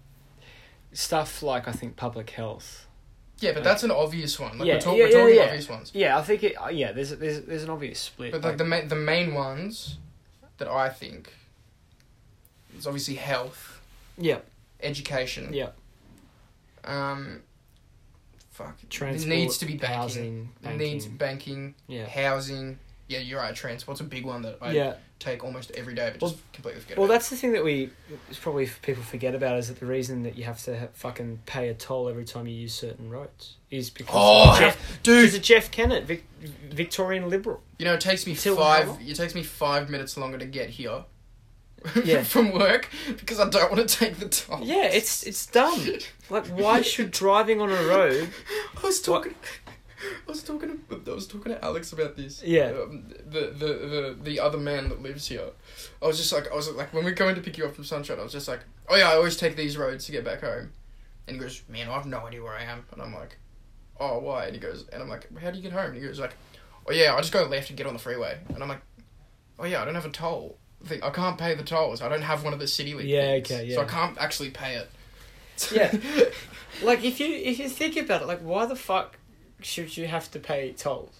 Speaker 1: stuff like I think public health.
Speaker 2: Yeah, but that's an obvious one. Like
Speaker 1: Yeah,
Speaker 2: we're, talk-
Speaker 1: yeah,
Speaker 2: we're
Speaker 1: yeah,
Speaker 2: talking
Speaker 1: yeah.
Speaker 2: obvious ones.
Speaker 1: Yeah, I think it. uh, Yeah, there's there's there's an obvious split.
Speaker 2: But like the ma- the main ones that I think is obviously health,
Speaker 1: yeah,
Speaker 2: education.
Speaker 1: yeah,
Speaker 2: Um, fuck.
Speaker 1: transport
Speaker 2: there needs to be banking.
Speaker 1: housing,
Speaker 2: There
Speaker 1: banking.
Speaker 2: Needs banking,
Speaker 1: yeah,
Speaker 2: housing. Yeah, you're right. Transport's a big one that I
Speaker 1: yeah.
Speaker 2: take almost every day, but
Speaker 1: Well-
Speaker 2: just completely forget
Speaker 1: Well,
Speaker 2: about.
Speaker 1: that's the thing that we it's probably f- people forget about is that the reason that you have to ha- fucking pay a toll every time you use certain roads is because
Speaker 2: Oh,
Speaker 1: of Jeff,
Speaker 2: dude!
Speaker 1: because of Jeff Kennett, Vic, Victorian liberal.
Speaker 2: You know, it takes me
Speaker 1: Till how
Speaker 2: five.
Speaker 1: long?
Speaker 2: It takes me five minutes longer to get here.
Speaker 1: Yeah.
Speaker 2: from work because I don't want to take the time.
Speaker 1: Yeah, it's it's dumb. Like, why should driving on a road?
Speaker 2: I was talking. I was talking. To, I was talking to Alex about this.
Speaker 1: Yeah.
Speaker 2: Um, the, the the the other man that lives here. I was just like I was like when we were going to pick you up from Sunshine. I was just like, oh yeah, I always take these roads to get back home. And he goes, man, I have no idea where I am. And I'm like, oh, why? And he goes, and I'm like, how do you get home? And he goes like, oh yeah, I just go left and get on the freeway. And I'm like, oh yeah, I don't have a toll. thing. I can't pay the tolls. I don't have one of the city link.
Speaker 1: Yeah,
Speaker 2: things,
Speaker 1: okay,
Speaker 2: So
Speaker 1: yeah.
Speaker 2: I can't actually pay it.
Speaker 1: Yeah. Like if you if you think about it, like why the fuck should you have to pay tolls?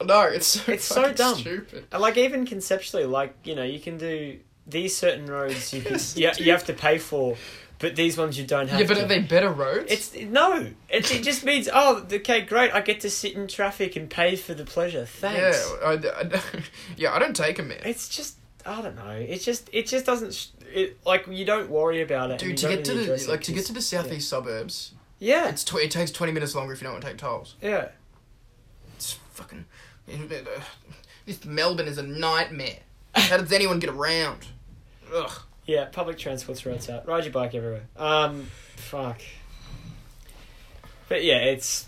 Speaker 2: no, it's so
Speaker 1: It's so
Speaker 2: fucking
Speaker 1: dumb.
Speaker 2: stupid.
Speaker 1: And, Like even conceptually, like you know, you can do these certain roads you can,
Speaker 2: Yes,
Speaker 1: you,
Speaker 2: dude.
Speaker 1: you have to pay for, but these ones you don't have.
Speaker 2: Yeah, but
Speaker 1: to.
Speaker 2: are they better roads?
Speaker 1: It's no. It, it just means oh okay great I get to sit in traffic and pay for the pleasure thanks.
Speaker 2: Yeah, I, I- yeah, I don't take them, man.
Speaker 1: It's just I don't know. It just it just doesn't sh- it like you don't worry about it.
Speaker 2: Dude,
Speaker 1: and
Speaker 2: to
Speaker 1: you don't
Speaker 2: get to
Speaker 1: really
Speaker 2: the
Speaker 1: address it
Speaker 2: like to get
Speaker 1: 'cause-
Speaker 2: to the southeast suburbs,
Speaker 1: yeah
Speaker 2: it's tw- it takes twenty minutes longer if you don't want to take tolls.
Speaker 1: yeah
Speaker 2: It's fucking. This Melbourne is a nightmare. How does anyone get around? Ugh.
Speaker 1: yeah public transport's roads out ride your bike everywhere. Um, fuck. But yeah, it's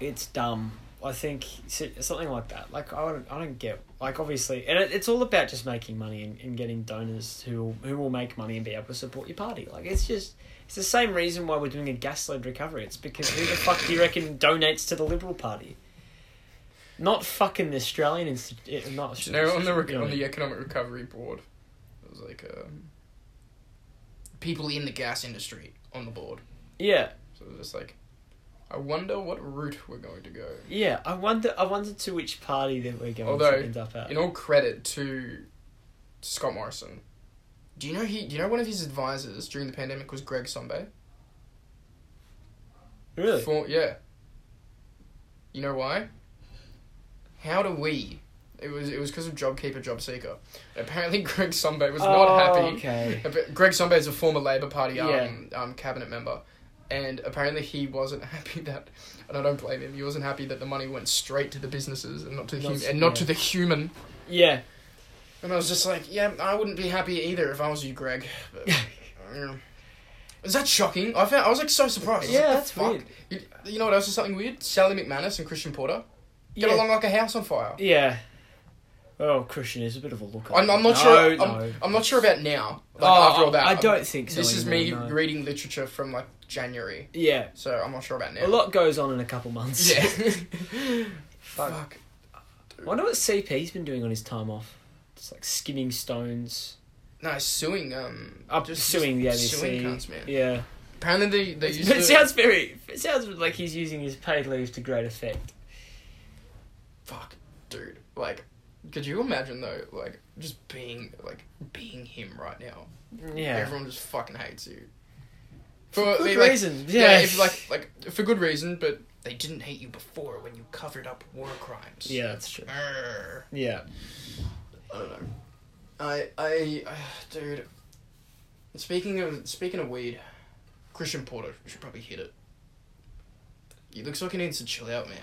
Speaker 1: it's dumb. I think so- something like that. Like I don't, I don't get like obviously, and it, it's all about just making money and, and getting donors who will, who will make money and be able to support your party. Like it's just it's the same reason why we're doing a gas lead recovery. It's because who the fuck do you reckon donates to the Liberal Party? Not fucking the Australian Institute. Not
Speaker 2: Do you know on the rec-
Speaker 1: you know
Speaker 2: on
Speaker 1: what I mean?
Speaker 2: the economic recovery board, it was like um, people in the gas industry on the board.
Speaker 1: yeah.
Speaker 2: So it was just like, I wonder what route we're going to go.
Speaker 1: Yeah, I wonder. I wonder to which party that we're going
Speaker 2: Although,
Speaker 1: to end up at.
Speaker 2: In all credit to Scott Morrison, do you know he? Do you know one of his advisors during the pandemic was Greg Sombe?
Speaker 1: really?
Speaker 2: For- yeah. You know why? How do we? It was it was because of JobKeeper, JobSeeker. Apparently, Greg Sombe was
Speaker 1: Oh,
Speaker 2: not happy.
Speaker 1: Okay.
Speaker 2: Appa- Greg Sombe is a former Labour Party um,
Speaker 1: Yeah.
Speaker 2: um, cabinet member, and apparently he wasn't happy that, and I don't blame him. He wasn't happy that the money went straight to the businesses and not to the
Speaker 1: Not-
Speaker 2: hum- and not
Speaker 1: yeah.
Speaker 2: to the human.
Speaker 1: Yeah.
Speaker 2: And I was just like, yeah, I wouldn't be happy either if I was you, Greg. But, yeah. Is that shocking? I found I was like so surprised. I was
Speaker 1: Yeah,
Speaker 2: like, the
Speaker 1: that's
Speaker 2: fuck?
Speaker 1: weird.
Speaker 2: You, you know what else is something weird? Sally McManus and Christian Porter get
Speaker 1: yeah.
Speaker 2: along like a house on fire.
Speaker 1: Yeah. Oh, Christian is a bit of a look.
Speaker 2: I'm, I'm not
Speaker 1: no,
Speaker 2: sure. I'm,
Speaker 1: No.
Speaker 2: I'm not sure about now. Like
Speaker 1: oh,
Speaker 2: after all that,
Speaker 1: I
Speaker 2: I'm-
Speaker 1: don't think so.
Speaker 2: This is me
Speaker 1: anymore, no.
Speaker 2: reading literature from like January,
Speaker 1: Yeah.
Speaker 2: so I'm not sure about
Speaker 1: A
Speaker 2: now.
Speaker 1: lot goes on in a couple months.
Speaker 2: Yeah.
Speaker 1: Fuck.
Speaker 2: Fuck.
Speaker 1: I wonder what CP's been doing on his time off. It's like skimming stones.
Speaker 2: No, suing. Um.
Speaker 1: Up suing the ABC.
Speaker 2: Suing cunts, man.
Speaker 1: Yeah.
Speaker 2: Apparently they they used
Speaker 1: But
Speaker 2: to-
Speaker 1: it sounds very. It sounds like he's using his paid leave to great effect.
Speaker 2: fuck, dude. Like, could you imagine though? Like, just being like being him right now.
Speaker 1: Yeah.
Speaker 2: Mm, Everyone just fucking hates you.
Speaker 1: For
Speaker 2: like,
Speaker 1: good
Speaker 2: like,
Speaker 1: reasons.
Speaker 2: Yeah.
Speaker 1: Yeah.
Speaker 2: If like like for good reason, but they didn't hate you before when you covered up war crimes.
Speaker 1: Yeah, that's true.
Speaker 2: Arr.
Speaker 1: Yeah.
Speaker 2: I don't know. I I uh, dude. Speaking of speaking of weed, Christian Porter should probably hit it. He looks like he needs to chill out, man.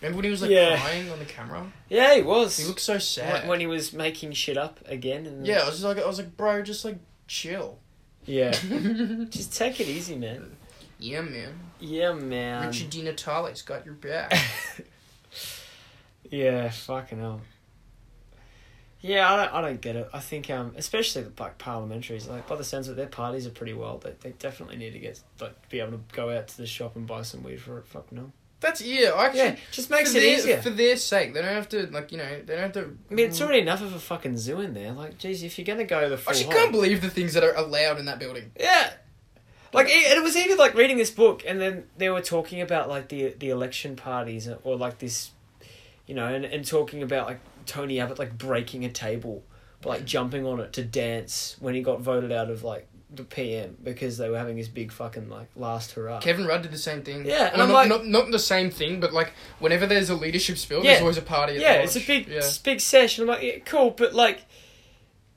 Speaker 2: Remember when he was like
Speaker 1: Yeah.
Speaker 2: crying on the camera?
Speaker 1: Yeah, he was.
Speaker 2: He looked so sad.
Speaker 1: when, when he was making shit up again. And
Speaker 2: yeah, I was just like I was like, bro, just like chill.
Speaker 1: Yeah.
Speaker 2: yeah,
Speaker 1: Just take it easy, man.
Speaker 2: man.
Speaker 1: Yeah, man.
Speaker 2: Richie Di Natale's got your back.
Speaker 1: yeah, fucking hell. Yeah, I don't, I don't get it. I think, um, especially the like parliamentaries, like by the sounds of it, their parties are pretty well. They, they definitely need to get like be able to go out to the shop and buy some weed for it. Fucking hell.
Speaker 2: That's yeah. I Actually,
Speaker 1: Yeah, just makes
Speaker 2: for
Speaker 1: it
Speaker 2: their,
Speaker 1: easier.
Speaker 2: for their sake. They don't have to like you know they don't have to.
Speaker 1: I mean, it's already enough of a fucking zoo in there. Like, geez, if you're gonna go the
Speaker 2: I
Speaker 1: full
Speaker 2: actually
Speaker 1: hog-
Speaker 2: can't believe the things that are allowed in that building.
Speaker 1: Yeah. Like e- and it was even like reading this book, and then they were talking about like the the election parties, or like this, you know, and, and talking about like Tony Abbott like breaking a table, but like jumping on it to dance when he got voted out of like the PM because they were having this big fucking like last hurrah.
Speaker 2: Kevin Rudd did the same thing.
Speaker 1: Yeah, and
Speaker 2: Well,
Speaker 1: I'm
Speaker 2: not,
Speaker 1: like-
Speaker 2: not, not the same thing, but like whenever there's a leadership spill,
Speaker 1: Yeah.
Speaker 2: there's always a party. At the
Speaker 1: yeah, it's a
Speaker 2: lodge.
Speaker 1: big
Speaker 2: Yeah.
Speaker 1: it's a big session. I'm like, yeah, cool, but like,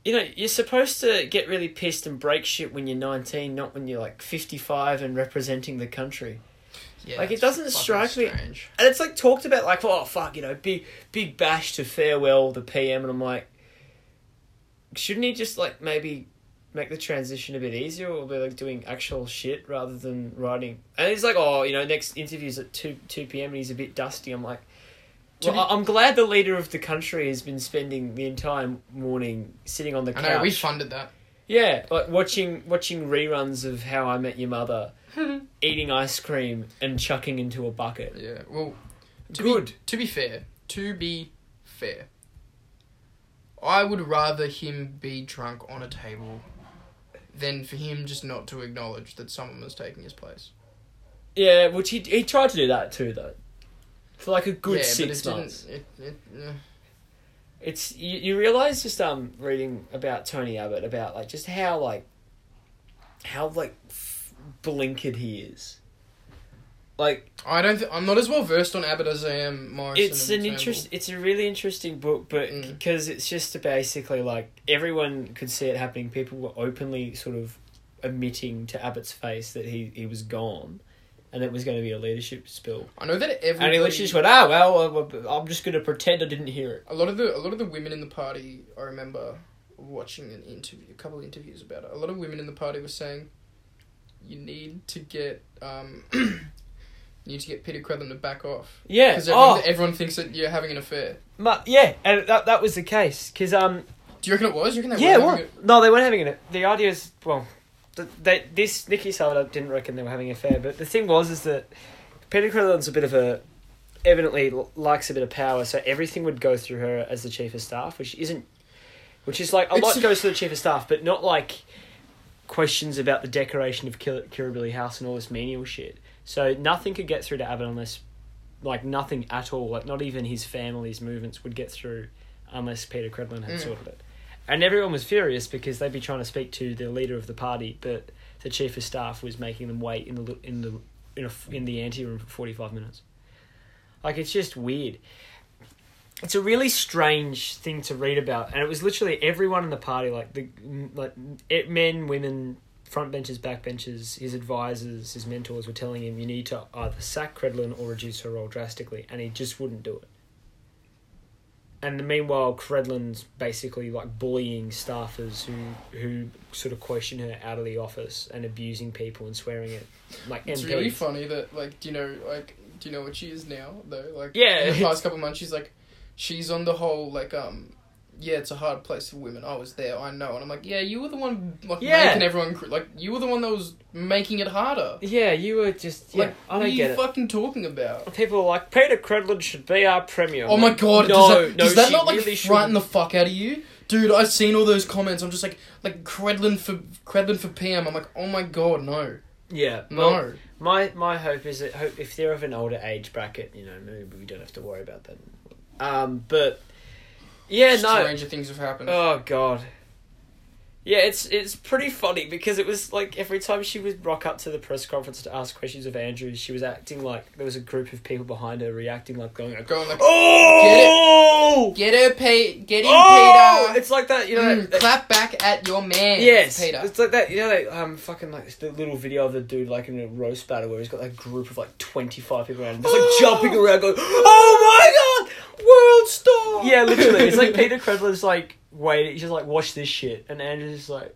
Speaker 1: you know, you're supposed to get really pissed and break shit when you're 19, not when you're like 55 and representing the country.
Speaker 2: Yeah,
Speaker 1: like, it
Speaker 2: it's
Speaker 1: doesn't
Speaker 2: fucking
Speaker 1: strike me-
Speaker 2: strange.
Speaker 1: And it's like talked about like, oh fuck, you know, big big bash to farewell the PM, and I'm like, shouldn't he just like maybe make the transition a bit easier, or be like doing actual shit rather than writing? And he's like, oh, you know, next interview's at two two PM, and he's a bit dusty. I'm like.
Speaker 2: To
Speaker 1: Well, I- I'm glad the leader of the country has been spending the entire morning sitting on the
Speaker 2: I
Speaker 1: couch.
Speaker 2: know we funded that.
Speaker 1: Yeah, like watching watching reruns of How I Met Your Mother eating ice cream and chucking into a bucket.
Speaker 2: Yeah. Well, to
Speaker 1: Good.
Speaker 2: Be, to be fair, to be fair, I would rather him be drunk on a table than for him just not to acknowledge that someone was taking his place.
Speaker 1: Yeah, which he he tried to do that too though. For like a good
Speaker 2: yeah,
Speaker 1: six
Speaker 2: but it
Speaker 1: months.
Speaker 2: Didn't, it, it, eh.
Speaker 1: It's you, you realize just um reading about Tony Abbott about like just how like how like f- blinkered he is. Like
Speaker 2: I don't. Th- I'm not as well versed on Abbott as I am Morrison.
Speaker 1: it's
Speaker 2: and
Speaker 1: an
Speaker 2: Turnbull.
Speaker 1: interest. It's a really interesting book, but
Speaker 2: Mm.
Speaker 1: because it's just basically like everyone could see it happening. People were openly sort of admitting to Abbott's face that he he was gone, and it was going to be a leadership spill.
Speaker 2: I know that every.
Speaker 1: And he literally just went, "Ah, well, I- I- I'm just going to pretend I didn't hear it."
Speaker 2: A lot of the a lot of the women in the party, I remember watching an interview, a couple of interviews about it. A lot of women in the party were saying, "You need to get um, you need to get Peter Credlin to back off
Speaker 1: Yeah.
Speaker 2: because everyone,
Speaker 1: Oh,
Speaker 2: everyone thinks that you're having an affair."
Speaker 1: ma- yeah, and that that was the case because um
Speaker 2: Do you reckon it was? Do you reckon they
Speaker 1: Yeah,
Speaker 2: were
Speaker 1: well,
Speaker 2: having
Speaker 1: no, they weren't having it. The idea is, well, th- they, this Nikki Salvador didn't reckon they were having an affair, but the thing was is that Peter Credlin's a bit of a, evidently l- likes a bit of power, so everything would go through her as the chief of staff, which isn't, which is like a lot
Speaker 2: It's-
Speaker 1: goes to the chief of staff, but not like questions about the decoration of Kir- Kirribilli House and all this menial shit. So nothing could get through to Abbott unless, like, nothing at all, like not even his family's movements would get through unless Peter Credlin had
Speaker 2: Mm.
Speaker 1: sorted it. And everyone was furious because they'd be trying to speak to the leader of the party, but the chief of staff was making them wait in the l- in the in a, f- in the ante room for forty five minutes. Like it's just weird. It's a really strange thing to read about, and it was literally everyone in the party, like the m- like it, men, women, front benches, back benches, his advisors, his mentors were telling him you need to either sack Credlin or reduce her role drastically, and he just wouldn't do it. And meanwhile, Credlin's basically like bullying staffers who who sort of question her out of the office and abusing people and swearing at like
Speaker 2: It's
Speaker 1: MPs.
Speaker 2: really funny that like do you know like do you know what she is now though like
Speaker 1: Yeah,
Speaker 2: in the
Speaker 1: it's-
Speaker 2: past couple months she's like she's on the whole like um yeah it's a hard place for women I was there I know and I'm like yeah you were the one like
Speaker 1: Yeah.
Speaker 2: making everyone cr- like you were the one that was making it harder
Speaker 1: Yeah, you were just yeah.
Speaker 2: like
Speaker 1: I
Speaker 2: what are
Speaker 1: don't
Speaker 2: you
Speaker 1: get it.
Speaker 2: fucking talking about
Speaker 1: People are like Peter Credlin should be our premier.
Speaker 2: oh my god
Speaker 1: no,
Speaker 2: does that,
Speaker 1: no,
Speaker 2: does that
Speaker 1: she
Speaker 2: not like
Speaker 1: really
Speaker 2: frighten the fuck out of you dude I've seen all those comments I'm just like like Credlin for Credlin for PM I'm like oh my god no
Speaker 1: shouldn't. Yeah,
Speaker 2: no
Speaker 1: well, My my hope is that hope if they're of an older age bracket, you know, maybe we don't have to worry about that. Um, but yeah, no,
Speaker 2: stranger things have happened
Speaker 1: Oh god. Yeah, it's it's pretty funny because it was like every time she would rock up to the press conference to ask questions of Andrew, she was acting like there was a group of people behind her reacting like going like,
Speaker 2: going like
Speaker 1: "Oh!"
Speaker 2: Get her, Pete. Get him,
Speaker 1: oh!
Speaker 2: Peter.
Speaker 1: It's like that, you know.
Speaker 2: Mm,
Speaker 1: that- that-
Speaker 2: clap back at your man.
Speaker 1: yes,
Speaker 2: Peter.
Speaker 1: it's like that, you know. That, um, fucking like the little video of the dude like in a roast battle where he's got like a group of like twenty five people around, him, just like jumping around, going, "Oh my god!"
Speaker 2: World star.
Speaker 1: Yeah, literally. It's like Peter Credlin's like, wait, he's just like, watch this shit. And Andrew's just like,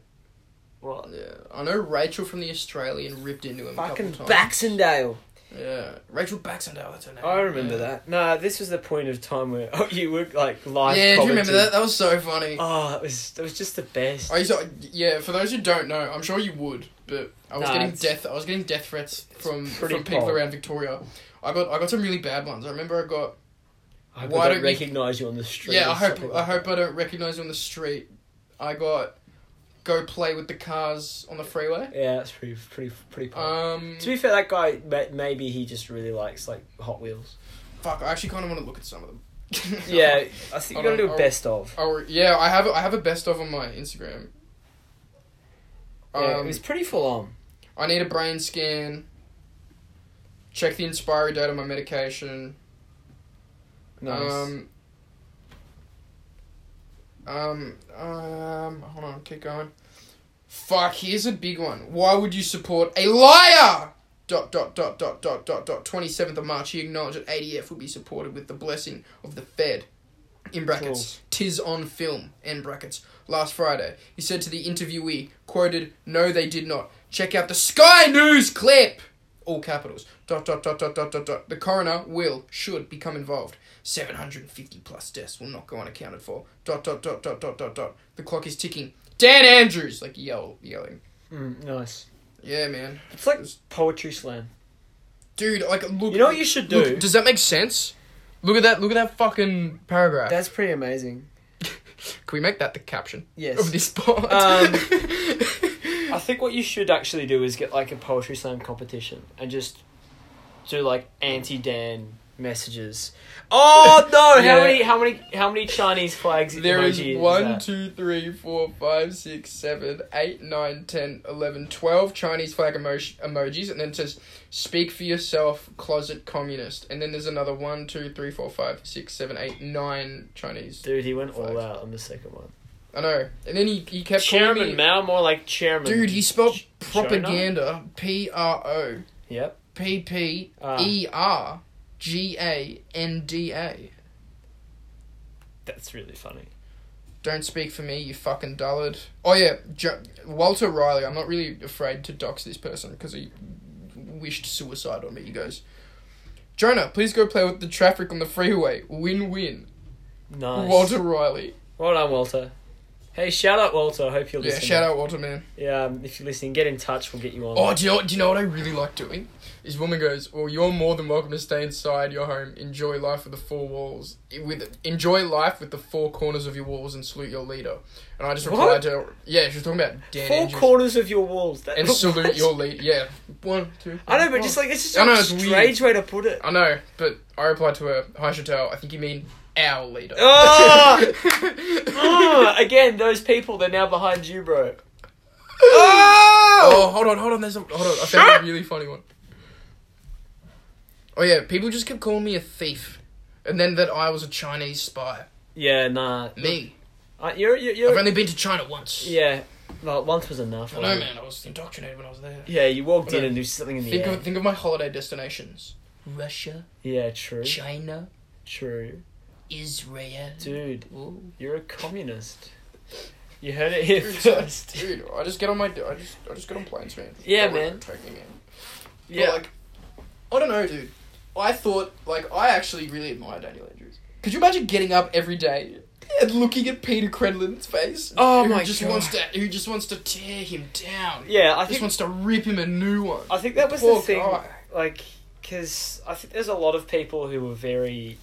Speaker 1: what?
Speaker 2: Yeah, I know Rachel from the Australian ripped into him.
Speaker 1: Fucking
Speaker 2: a couple times.
Speaker 1: Baxendale.
Speaker 2: Yeah, Rachel Baxendale. That's her name.
Speaker 1: I remember
Speaker 2: Yeah.
Speaker 1: that. No, this was the point of time where oh, you were like live.
Speaker 2: Yeah, do you remember
Speaker 1: commenting.
Speaker 2: that? That was so funny.
Speaker 1: Oh, it was it was just the best.
Speaker 2: I used to, yeah, for those who don't know, I'm sure you would, but I was
Speaker 1: Nah,
Speaker 2: getting
Speaker 1: it's-
Speaker 2: death. I was getting death threats from
Speaker 1: pretty
Speaker 2: from people
Speaker 1: poor.
Speaker 2: around Victoria. I got I got some really bad ones. I remember I got
Speaker 1: I hope
Speaker 2: why
Speaker 1: I
Speaker 2: don't
Speaker 1: don't
Speaker 2: you-
Speaker 1: recognise you on the street.
Speaker 2: Yeah,
Speaker 1: or
Speaker 2: I hope
Speaker 1: something
Speaker 2: I
Speaker 1: like
Speaker 2: hope
Speaker 1: that.
Speaker 2: I don't recognize you on the street. I got go play with the cars on the freeway.
Speaker 1: Yeah, that's pretty pretty pretty. Poor.
Speaker 2: Um,
Speaker 1: to be fair, that guy ma- maybe he just really likes like Hot Wheels.
Speaker 2: fuck, I actually kind of want to look at some of them.
Speaker 1: Yeah, I think
Speaker 2: Hold
Speaker 1: you gotta
Speaker 2: on,
Speaker 1: do a
Speaker 2: I'll-
Speaker 1: best of.
Speaker 2: Oh yeah, I have I have a best of on my Instagram. Um,
Speaker 1: yeah, it was pretty full on.
Speaker 2: I need a brain scan. Check the expiry date on my medication.
Speaker 1: Nice.
Speaker 2: Um. Um. Um. Hold on. Keep going. Fuck. Here's a big one. Why would you support a liar? Dot dot dot dot dot dot dot. Twenty seventh of March. He acknowledged that ADF will be supported with the blessing of the Fed. In brackets, tis on film. End brackets. Last Friday, he said to the interviewee, quoted, "No, they did not. Check out the Sky News clip." All capitals. Dot dot dot dot dot dot dot. The coroner will should become involved. 750 plus deaths will not go unaccounted for. Dot dot dot dot dot dot dot. The clock is ticking. Dan Andrews, like yell, yelling.
Speaker 1: Mm, nice.
Speaker 2: Yeah, man.
Speaker 1: It's like poetry slam.
Speaker 2: Dude, like look.
Speaker 1: You know what you should do?
Speaker 2: Look, does that make sense? Look at that. Look at that fucking paragraph.
Speaker 1: That's pretty amazing.
Speaker 2: Can we make that the caption
Speaker 1: Yes.
Speaker 2: of this part?
Speaker 1: Um, I think what you should actually do is get like a poetry slam competition and just do like anti Dan messages. Oh no!
Speaker 2: Yeah.
Speaker 1: How many? How many? How many Chinese flags?
Speaker 2: There is
Speaker 1: emoji uh,
Speaker 2: one,
Speaker 1: that?
Speaker 2: two, three, four, five, six, seven, eight, nine, ten, eleven, twelve Chinese flag emo- emojis, and then it says, "Speak for yourself, closet communist." And then there's another one, two, three, four, five, six, seven, eight, nine Chinese.
Speaker 1: Dude, he went all
Speaker 2: Flags.
Speaker 1: out on the second one.
Speaker 2: I know. And then he, he kept
Speaker 1: Chairman
Speaker 2: calling me,
Speaker 1: Mao, more like chairman.
Speaker 2: dude. He spelled
Speaker 1: Ch- China?
Speaker 2: propaganda, P R O
Speaker 1: Yep.
Speaker 2: P P
Speaker 1: Uh,
Speaker 2: E R G A N D A.
Speaker 1: That's really funny.
Speaker 2: Don't speak for me, you fucking dullard. Oh yeah, jo- Walter Riley. I'm not really afraid to dox this person because he wished suicide on me. He goes, Jonah, please go play with the traffic on the freeway. Win win.
Speaker 1: Nice.
Speaker 2: Walter Riley.
Speaker 1: Well done, Walter. Hey, shout out Walter. I hope you're
Speaker 2: Yeah,
Speaker 1: listening.
Speaker 2: shout out Walter man.
Speaker 1: Yeah, um, if you're listening, get in touch. We'll get you on.
Speaker 2: Oh, do you know what? Do you know what I really like doing? Is when we goes, well, you're more than welcome to stay inside your home, enjoy life with the four walls, with enjoy life with the four corners of your walls, and salute your leader. And I just replied
Speaker 1: What?
Speaker 2: to, yeah, she was talking about Dan
Speaker 1: Four
Speaker 2: Andrews.
Speaker 1: corners of your walls. That
Speaker 2: and salute your lead. Yeah, one, two. Three,
Speaker 1: I know, but
Speaker 2: four.
Speaker 1: just like it's just
Speaker 2: I know,
Speaker 1: a
Speaker 2: it's weird.
Speaker 1: strange way to put it.
Speaker 2: I know, but I replied to her, "Hi Chantel, I think you mean our leader."
Speaker 1: Oh! Ah, again, those people, they're now behind you, bro. Ah!
Speaker 2: Oh, hold on, hold on. There's a hold on. I found a really funny one. Oh yeah, people just kept calling me a thief, and then that I was a Chinese spy.
Speaker 1: Yeah, nah.
Speaker 2: Me,
Speaker 1: Uh, you're, you're,
Speaker 2: I've
Speaker 1: you're
Speaker 2: only been to China once.
Speaker 1: Yeah. Well, once was enough.
Speaker 2: I know, man. I was indoctrinated when I was there.
Speaker 1: Yeah, you walked in
Speaker 2: Whatever.
Speaker 1: and knew something in the
Speaker 2: Think
Speaker 1: air.
Speaker 2: of think of my holiday destinations: Russia,
Speaker 1: yeah, true.
Speaker 2: China,
Speaker 1: True.
Speaker 2: Israel.
Speaker 1: Dude,
Speaker 2: Ooh.
Speaker 1: you're a communist. You heard it here
Speaker 2: Dude,
Speaker 1: first.
Speaker 2: Dude, I just get on my. I just, I just get on planes, man.
Speaker 1: Yeah,
Speaker 2: Don't worry,
Speaker 1: man.
Speaker 2: Take me, man. But,
Speaker 1: Yeah.
Speaker 2: like, I don't know, dude. I thought, like, I actually really admire Daniel Andrews. Could you imagine getting up every day and looking at Peter Credlin's face?
Speaker 1: Oh
Speaker 2: who
Speaker 1: my
Speaker 2: just
Speaker 1: God.
Speaker 2: Wants to, who just wants to tear him down?
Speaker 1: yeah, I
Speaker 2: Just
Speaker 1: think
Speaker 2: wants to rip him a new one.
Speaker 1: I think that was
Speaker 2: Poor
Speaker 1: the thing.
Speaker 2: guy.
Speaker 1: Like, because I think there's a lot of people who were very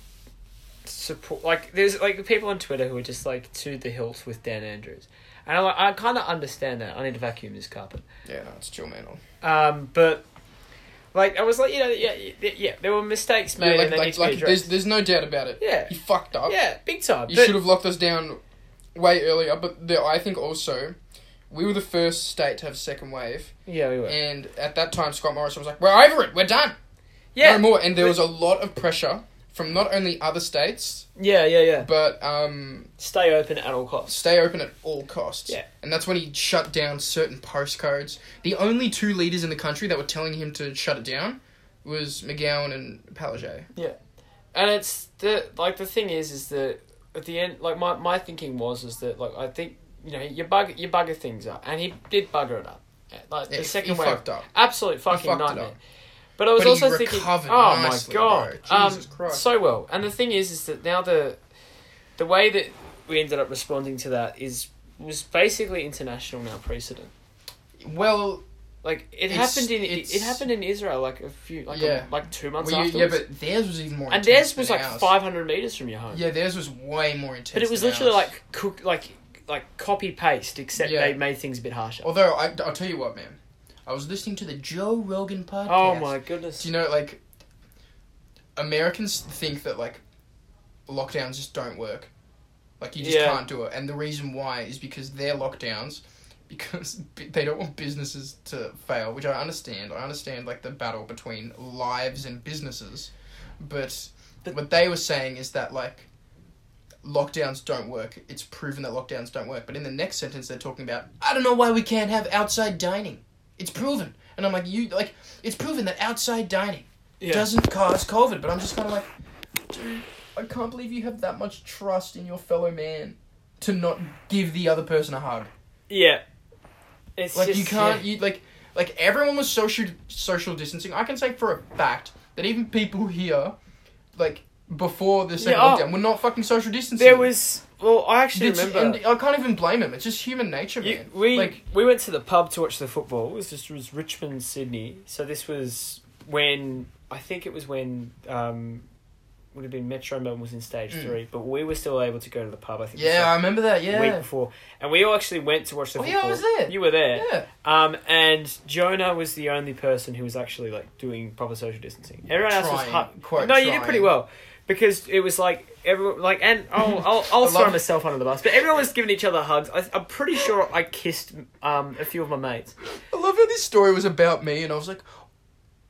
Speaker 1: support. Like, there's like people on Twitter who are just like to the hilt with Dan Andrews, and I like I kind of understand that. I need to vacuum this carpet.
Speaker 2: Yeah, no, it's chill, man.
Speaker 1: Um, but like I was like, you know, yeah, yeah, yeah there were mistakes made,
Speaker 2: Yeah, like,
Speaker 1: and they need
Speaker 2: like,
Speaker 1: to
Speaker 2: like
Speaker 1: be
Speaker 2: there's,
Speaker 1: addressed.
Speaker 2: there's no doubt about it.
Speaker 1: Yeah,
Speaker 2: He fucked up.
Speaker 1: yeah, big time.
Speaker 2: You
Speaker 1: But-
Speaker 2: should have locked us down way earlier, but the, I think also we were the first state to have second wave,
Speaker 1: yeah, we were.
Speaker 2: and at that time Scott Morrison was like, "We're over it, we're done,
Speaker 1: yeah,
Speaker 2: no more." And there was a lot of pressure from not only other states,
Speaker 1: yeah, yeah, yeah.
Speaker 2: but um,
Speaker 1: Stay open at all costs.
Speaker 2: stay open at all costs.
Speaker 1: Yeah.
Speaker 2: And that's when he shut down certain postcodes. The only two leaders in the country that were telling him to shut it down was McGowan and Palaszczuk.
Speaker 1: and it's the like the thing is is that at the end like my, my thinking was is that like I think you know you bug you bugger things up and he did bugger it up Eh, like
Speaker 2: Yeah,
Speaker 1: the
Speaker 2: he-
Speaker 1: second
Speaker 2: he
Speaker 1: wave
Speaker 2: fucked up.
Speaker 1: absolute fucking
Speaker 2: fucked it
Speaker 1: nightmare.
Speaker 2: up.
Speaker 1: But I was
Speaker 2: But he
Speaker 1: also thinking,
Speaker 2: recovered
Speaker 1: oh
Speaker 2: nicely,
Speaker 1: my god,
Speaker 2: bro.
Speaker 1: um,
Speaker 2: Jesus Christ.
Speaker 1: so well. And the thing is, is that now the the way that we ended up responding to that is was basically international now precedent.
Speaker 2: Well,
Speaker 1: Like it
Speaker 2: It's-
Speaker 1: happened in it,
Speaker 2: it's-
Speaker 1: it happened in Israel like a few like a-
Speaker 2: Yeah.
Speaker 1: like two months
Speaker 2: well, you- yeah,
Speaker 1: afterwards.
Speaker 2: but theirs was even
Speaker 1: and
Speaker 2: more. intense
Speaker 1: theirs was
Speaker 2: than
Speaker 1: like
Speaker 2: ours.
Speaker 1: five hundred meters from your home.
Speaker 2: Yeah, theirs was way more intense.
Speaker 1: But it was
Speaker 2: than
Speaker 1: literally
Speaker 2: ours.
Speaker 1: like cook, like like copy paste, except
Speaker 2: Yeah.
Speaker 1: they made things a bit harsher.
Speaker 2: Although I, I'll tell you what, man, I was listening to the Joe Rogan podcast.
Speaker 1: Oh my goodness!
Speaker 2: Do you know like Americans think that like lockdowns just don't work, like you just
Speaker 1: Yeah.
Speaker 2: can't do it, and the reason why is because their lockdowns. Because b- they don't want businesses to fail, which I understand. I understand like the battle between lives and businesses, but,
Speaker 1: But-
Speaker 2: what they were saying is that like lockdowns don't work. It's proven that lockdowns don't work. But in the next sentence, they're talking about I don't know why we can't have outside dining. It's proven, and I'm like you like it's proven that outside dining
Speaker 1: yeah.
Speaker 2: doesn't cause COVID, but I'm just kind of like, dude, I can't believe you have that much trust in your fellow man to not give the other person a hug.
Speaker 1: yeah, it's
Speaker 2: Like
Speaker 1: just,
Speaker 2: you can't, you like, like everyone was social social distancing. I can say for a fact that even people here, like before the second
Speaker 1: Yeah, oh.
Speaker 2: lockdown, were not fucking social distancing.
Speaker 1: There was Well, I actually
Speaker 2: It's-
Speaker 1: remember.
Speaker 2: and I can't even blame him. It's just human nature,
Speaker 1: You-
Speaker 2: man.
Speaker 1: we
Speaker 2: like
Speaker 1: we went to the pub to watch the football. It was just it was Richmond, Sydney. So this was when I think it was when um, would have been Metro Melbourne was in stage
Speaker 2: Mm.
Speaker 1: three, but we were still able to go to the pub. I think it was
Speaker 2: yeah, I remember that.
Speaker 1: the week
Speaker 2: Yeah,
Speaker 1: before, and we all actually went to watch the
Speaker 2: Oh, yeah, I
Speaker 1: football.
Speaker 2: was there.
Speaker 1: You were there.
Speaker 2: yeah.
Speaker 1: Um, and Jonah was the only person who was actually like doing proper social distancing. Everyone else was
Speaker 2: Trying,
Speaker 1: hut-
Speaker 2: quote,
Speaker 1: No, you did pretty
Speaker 2: trying.
Speaker 1: well because it was like everyone like and I'll I'll, I'll
Speaker 2: I
Speaker 1: throw
Speaker 2: love-
Speaker 1: myself under the bus, but everyone was giving each other hugs. I, I'm pretty sure I kissed um a few of my mates.
Speaker 2: I love how this story was about me, and I was like,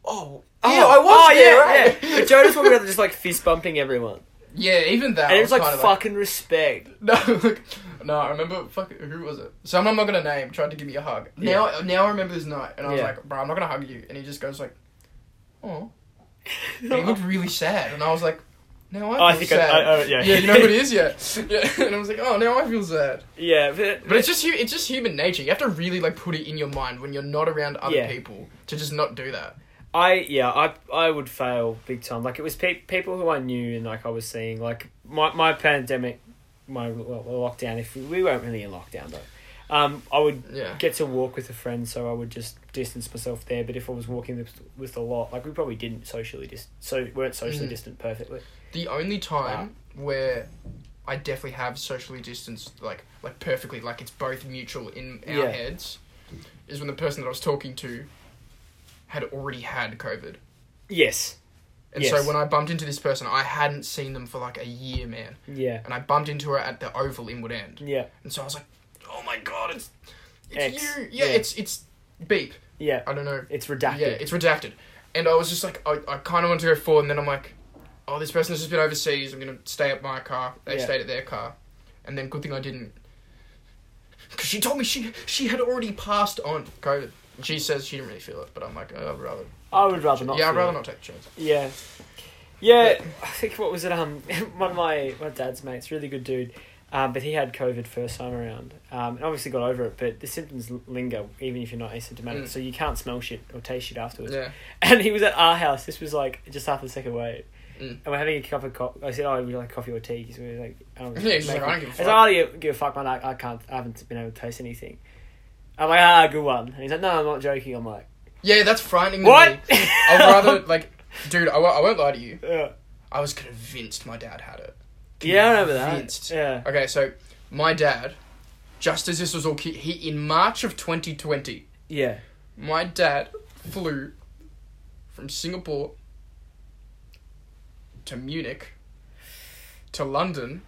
Speaker 2: oh,
Speaker 1: Oh,
Speaker 2: yeah, I was
Speaker 1: oh,
Speaker 2: there,
Speaker 1: yeah,
Speaker 2: right?
Speaker 1: yeah. But Jonah's one where they're just like fist bumping everyone,
Speaker 2: Yeah, even that.
Speaker 1: and
Speaker 2: I
Speaker 1: it was like
Speaker 2: kinda
Speaker 1: fucking respect.
Speaker 2: No, look, no, I remember. Fuck, who was it? Someone I'm not gonna name tried to give me a hug. Now, now I remember this night, and I was
Speaker 1: Yeah.
Speaker 2: like, "Bro, I'm not gonna hug you." And he just goes like, "Oh," and he looked really sad, and I was like, "Now I feel
Speaker 1: Oh, I think I-
Speaker 2: sad."
Speaker 1: I- oh, yeah.
Speaker 2: yeah, you know who it is, yeah. yeah. And I was like, "Oh, now I feel sad."
Speaker 1: Yeah, but,
Speaker 2: But it's just hu- it's just human nature. You have to really like put it in your mind when you're not around other
Speaker 1: Yeah.
Speaker 2: people to just not do that.
Speaker 1: I yeah, I I would fail big time. Like it was pe- people who I knew and like I was seeing. Like my my pandemic, my lo- lo- lockdown. If we, we weren't really in lockdown though, um, I would
Speaker 2: Yeah.
Speaker 1: get to walk with a friend, so I would just distance myself there. But if I was walking with, with a lot, like we probably didn't socially dis so weren't socially
Speaker 2: Mm.
Speaker 1: distant perfectly.
Speaker 2: The only time
Speaker 1: Ah.
Speaker 2: where I definitely have socially distanced, like like perfectly, like it's both mutual in our
Speaker 1: Yeah.
Speaker 2: heads, is when the person that I was talking to had already had COVID,
Speaker 1: Yes.
Speaker 2: and
Speaker 1: Yes.
Speaker 2: so when I bumped into this person, I hadn't seen them for like a year, man,
Speaker 1: Yeah.
Speaker 2: and I bumped into her at the Oval in Wood End,
Speaker 1: Yeah.
Speaker 2: and so I was like, oh my god, it's
Speaker 1: X.
Speaker 2: it's you, yeah,
Speaker 1: Yeah.
Speaker 2: it's it's beep,
Speaker 1: Yeah.
Speaker 2: I don't know,
Speaker 1: It's redacted.
Speaker 2: yeah, it's redacted. And I was just like, I, I kind of want to go forward, and then I'm like, oh, this person has just been overseas. I'm going to stay at my car. They
Speaker 1: Yeah.
Speaker 2: stayed at their car. And then good thing I didn't. Because she told me she she had already passed on COVID. And She says she didn't really feel it, but I'm like, oh, I'd rather.
Speaker 1: I would rather not.
Speaker 2: yeah, I'd
Speaker 1: feel
Speaker 2: rather
Speaker 1: it.
Speaker 2: not take the chance.
Speaker 1: Yeah. Yeah, I think what was it? Um, one of my my dad's mates, really good dude, um, but he had COVID first time around, um, and obviously got over it. But the symptoms l- linger even if you're not asymptomatic,
Speaker 2: Mm.
Speaker 1: so you can't smell shit or taste shit afterwards.
Speaker 2: Yeah.
Speaker 1: And he was at our house. This was like just after the second wave,
Speaker 2: Mm.
Speaker 1: and we're having a cup of coffee. I said, "Oh, would you like coffee or tea?" So we were like, um,
Speaker 2: Yeah, he's like,
Speaker 1: making-
Speaker 2: "I don't give a
Speaker 1: I said,
Speaker 2: fuck."
Speaker 1: "Oh, you give a fuck, man. I, I can't. I haven't been able to taste anything." I'm like, "Ah, good one." And he's like, "No, I'm not joking." I'm like,
Speaker 2: Yeah, that's frightening. to
Speaker 1: "What?"
Speaker 2: me. Mm. I'd rather, like, dude, I, wo- I won't lie to you.
Speaker 1: Yeah.
Speaker 2: I was convinced my dad had it.
Speaker 1: Yeah, I remember that.
Speaker 2: Convinced.
Speaker 1: Yeah.
Speaker 2: Okay, so my dad, just as this was all, ki- he in March of 2020,
Speaker 1: Yeah.
Speaker 2: my dad flew from Singapore to Munich to London,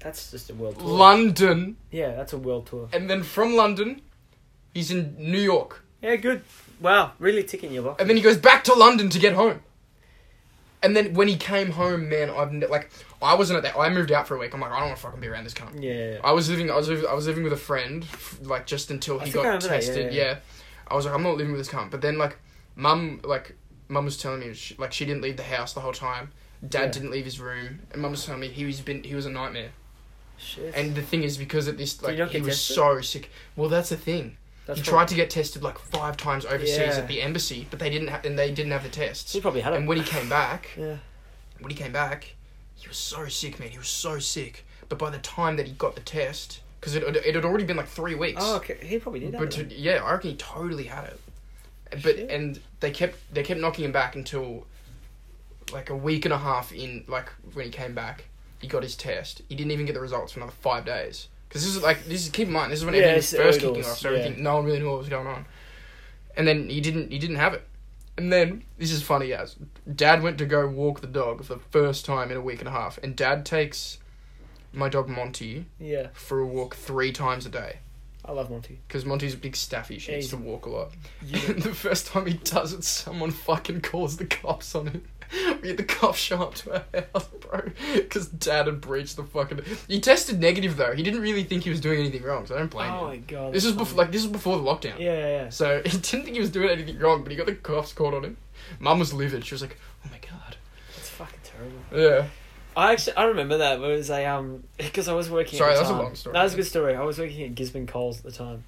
Speaker 1: That's just a world tour.
Speaker 2: London,
Speaker 1: yeah, that's a world tour.
Speaker 2: and then from London, he's in New York,
Speaker 1: Yeah, good. Wow, really ticking your box.
Speaker 2: and then he goes back to London to get home. And then when he came home, man, I've ne- like I wasn't at that. I moved out for a week. I'm like, I don't want to fucking be around this cunt.
Speaker 1: Yeah.
Speaker 2: I was living, I was, living, I was living with a friend, f- like just until
Speaker 1: I
Speaker 2: he
Speaker 1: think I
Speaker 2: got
Speaker 1: remember that, yeah,
Speaker 2: tested.
Speaker 1: yeah.
Speaker 2: yeah, I was like, I'm not living with this cunt. But then like, mum, like, mum was telling me, she, like, she didn't leave the house the whole time. Dad
Speaker 1: Yeah.
Speaker 2: didn't leave his room, and mum was telling me he was been, he was a nightmare.
Speaker 1: Shit.
Speaker 2: And the thing is, because of this,
Speaker 1: you
Speaker 2: like,
Speaker 1: not
Speaker 2: he
Speaker 1: get
Speaker 2: was
Speaker 1: tested?
Speaker 2: so sick. Well, that's the thing.
Speaker 1: that's
Speaker 2: he
Speaker 1: cool.
Speaker 2: tried to get tested like five times overseas
Speaker 1: Yeah.
Speaker 2: at the embassy, but they didn't, ha- and they didn't have the tests.
Speaker 1: She probably had
Speaker 2: And
Speaker 1: it.
Speaker 2: when he came back,
Speaker 1: Yeah.
Speaker 2: when he came back, he was so sick, man. He was so sick. But by the time that he got the test, because it, it had already been like three weeks.
Speaker 1: Oh, okay. He probably did.
Speaker 2: but
Speaker 1: But
Speaker 2: to, yeah, I reckon he totally had it. But
Speaker 1: Shit.
Speaker 2: and they kept they kept knocking him back until like a week and a half in, like when he came back, he got his test. He didn't even get the results for another five days. Because this is like this is keep in mind this is when
Speaker 1: Yeah,
Speaker 2: everything was
Speaker 1: it's
Speaker 2: first
Speaker 1: early
Speaker 2: kicking
Speaker 1: doors,
Speaker 2: off, so everything no one really knew what was going on. And then he didn't he didn't have it. And then this is funny as Dad went to go walk the dog for the first time in a week and a half, and Dad takes my dog Monty
Speaker 1: yeah,
Speaker 2: for a walk three times a day
Speaker 1: I love Monty.
Speaker 2: because Monty's a big staffy. She
Speaker 1: Yeah,
Speaker 2: needs
Speaker 1: he's-
Speaker 2: to walk a lot.
Speaker 1: You
Speaker 2: And the first time he does it, someone fucking calls the cops on him. We had the cops show up to our house, bro, because Dad had breached the fucking. He tested negative though. He didn't really think he was doing anything wrong, so I don't blame
Speaker 1: oh my
Speaker 2: him.
Speaker 1: god.
Speaker 2: This is
Speaker 1: that's
Speaker 2: before,
Speaker 1: funny.
Speaker 2: like, this is before the lockdown.
Speaker 1: Yeah, yeah, yeah.
Speaker 2: So he didn't think he was doing anything wrong, but he got the cops called on him. Mum was livid. She was like, "Oh my god."
Speaker 1: It's fucking terrible.
Speaker 2: Yeah.
Speaker 1: I actually I remember that. Where it was I um because I was working.
Speaker 2: Sorry,
Speaker 1: at the
Speaker 2: that's a
Speaker 1: time.
Speaker 2: long story.
Speaker 1: That was a good story. I was working at Gisborne Coles at the time.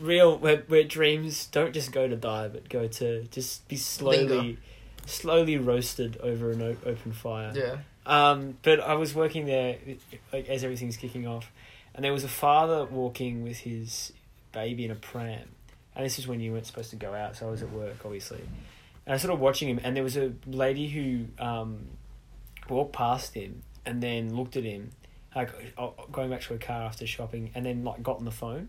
Speaker 1: Real where where dreams don't just go to die, but go to just be slowly,
Speaker 2: Linger.
Speaker 1: slowly roasted over an o- open fire.
Speaker 2: Yeah.
Speaker 1: Um, but I was working there, like as everything's kicking off, and there was a father walking with his baby in a pram, and this is when you weren't supposed to go out, so I was at work obviously, and I was sort of watching him, and there was a lady who um, walked past him and then looked at him, like uh, going back to her car after shopping, and then like got on the phone.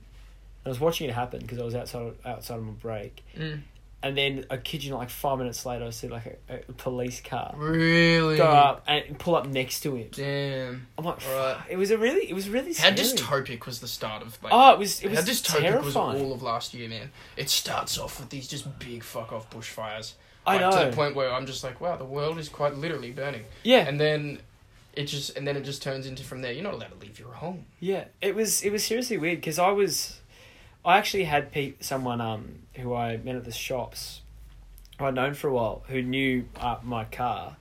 Speaker 1: And I was watching it happen because I was outside outside on my break,
Speaker 2: Mm.
Speaker 1: and then I kid you not, like five minutes later, I see like a, a police car
Speaker 2: Really?
Speaker 1: go up and pull up next to him.
Speaker 2: Damn.
Speaker 1: I'm like,
Speaker 2: Alright.
Speaker 1: "Fuck." it was a really, it was really.
Speaker 2: How
Speaker 1: Scary.
Speaker 2: dystopic was the start of like.
Speaker 1: Oh, it was, it
Speaker 2: how
Speaker 1: was
Speaker 2: dystopic
Speaker 1: terrifying.
Speaker 2: was all of last year, man. It starts off with these just big fuck off bushfires.
Speaker 1: I
Speaker 2: Like,
Speaker 1: know.
Speaker 2: To the point where I'm just like, wow, the world is quite literally burning.
Speaker 1: yeah,
Speaker 2: And then it just and then it just turns into from there. You're not allowed to leave your home.
Speaker 1: yeah. It was, it was seriously weird because I was, I actually had pe- someone um who I met at the shops, who I'd known for a while, who knew uh, my car,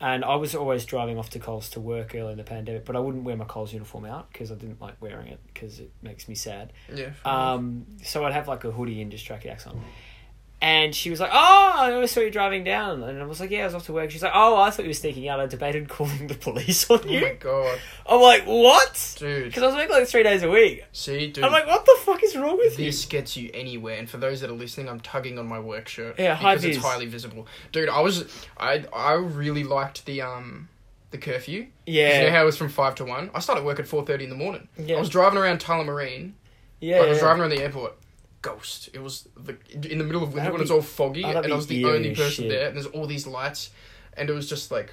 Speaker 1: and I was always driving off to Coles to work early in the pandemic, but I wouldn't wear my Coles uniform out because I didn't like wearing it because it makes me sad.
Speaker 2: Yeah.
Speaker 1: Um, so I'd have like a hoodie and just track jacks on. And she was like, "Oh, I always saw you driving down," and I was like, "Yeah, I was off to work." She's like, "Oh, I thought you were sneaking out. I debated calling the police on
Speaker 2: oh my
Speaker 1: you."
Speaker 2: god,
Speaker 1: I'm like, "What?"
Speaker 2: Oh dude.
Speaker 1: Because I was working like three days a week.
Speaker 2: See, dude.
Speaker 1: I'm like, "What the fuck is wrong with you?"
Speaker 2: This gets you anywhere, and for those that are listening, I'm tugging on my work shirt.
Speaker 1: Yeah, high
Speaker 2: because it's
Speaker 1: vis.
Speaker 2: highly visible, dude. I was, I, I really liked the um, the curfew. 'Cause You know
Speaker 1: Yeah,
Speaker 2: how it was from five to one. I started work at four thirty in the morning.
Speaker 1: yeah,
Speaker 2: I was driving around Tullamarine.
Speaker 1: yeah.
Speaker 2: I was driving around the airport. Ghost. It was the in the middle of winter
Speaker 1: That'd
Speaker 2: when it's
Speaker 1: be-
Speaker 2: all foggy,
Speaker 1: that'd
Speaker 2: and I
Speaker 1: be
Speaker 2: was the
Speaker 1: eerie
Speaker 2: only
Speaker 1: as
Speaker 2: person
Speaker 1: shit.
Speaker 2: there. And there's all these lights, and it was just like.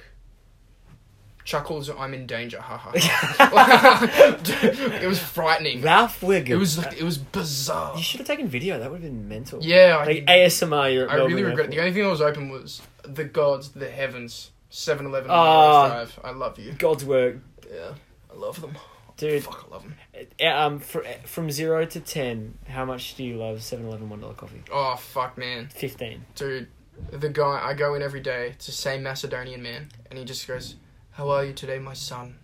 Speaker 2: Chuckles, I'm in danger. Ha ha. ha. Dude, it was frightening.
Speaker 1: Ralph Wiggum.
Speaker 2: It was like it was bizarre.
Speaker 1: You should have taken video. That would have been mental.
Speaker 2: Yeah, I,
Speaker 1: Like ASMR. You're at
Speaker 2: I really
Speaker 1: Melbourne
Speaker 2: regret it. The
Speaker 1: Airport.
Speaker 2: only thing that was open was the gods, the heavens, 7 Eleven,
Speaker 1: Ah.
Speaker 2: Drive. I love you.
Speaker 1: God's work,
Speaker 2: Yeah, I love them.
Speaker 1: dude.
Speaker 2: Fuck, I love them.
Speaker 1: Uh, Um, fr- from zero to ten, how much do you love Seven Eleven one dollar coffee?
Speaker 2: Oh, fuck, man.
Speaker 1: Fifteen.
Speaker 2: Dude, the guy, I go in every day. It's the same Macedonian man. And he just goes, How are you today, my son?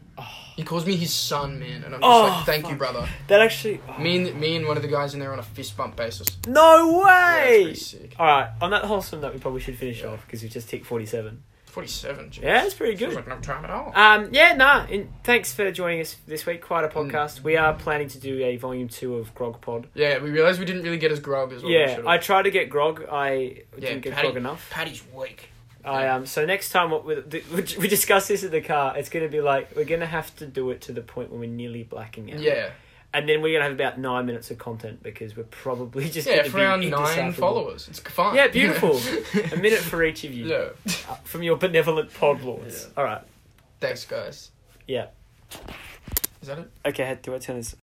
Speaker 2: He calls me his son, man. And I'm just
Speaker 1: Oh,
Speaker 2: like, Thank you,
Speaker 1: fuck.
Speaker 2: brother.
Speaker 1: That actually. oh.
Speaker 2: Me and, me and one of the guys in there on a fist bump basis.
Speaker 1: No
Speaker 2: Yeah, it's pretty
Speaker 1: way!
Speaker 2: sick.
Speaker 1: All right, on that wholesome note, we probably should finish
Speaker 2: Yeah.
Speaker 1: off because we've just ticked forty-seven.
Speaker 2: 47, jeez.
Speaker 1: Yeah, it's pretty
Speaker 2: Feels
Speaker 1: good.
Speaker 2: like no time at all.
Speaker 1: Um, yeah, nah. In, thanks for joining us this week. Quite a
Speaker 2: Mm.
Speaker 1: podcast. We are planning to do a volume two of Grog Pod.
Speaker 2: Yeah, we realised we didn't really get as grog as what we
Speaker 1: yeah,
Speaker 2: should
Speaker 1: I tried to get Grog. I
Speaker 2: Yeah,
Speaker 1: didn't get
Speaker 2: Paddy-
Speaker 1: Grog enough.
Speaker 2: Paddy's weak.
Speaker 1: I um. So next time, what we, the- we we discuss this at the car. It's gonna be like we're gonna have to do it to the point when we're nearly blacking out.
Speaker 2: Yeah.
Speaker 1: And then we're gonna have about nine minutes of content because we're probably just
Speaker 2: Yeah,
Speaker 1: gonna
Speaker 2: for
Speaker 1: be
Speaker 2: our nine
Speaker 1: indecipherable.
Speaker 2: followers. It's fine.
Speaker 1: Yeah, beautiful. a minute for each of you.
Speaker 2: yeah.
Speaker 1: Uh, from your benevolent pod lords. All right.
Speaker 2: Thanks, guys.
Speaker 1: Yeah.
Speaker 2: Is that it?
Speaker 1: Okay, do I turn this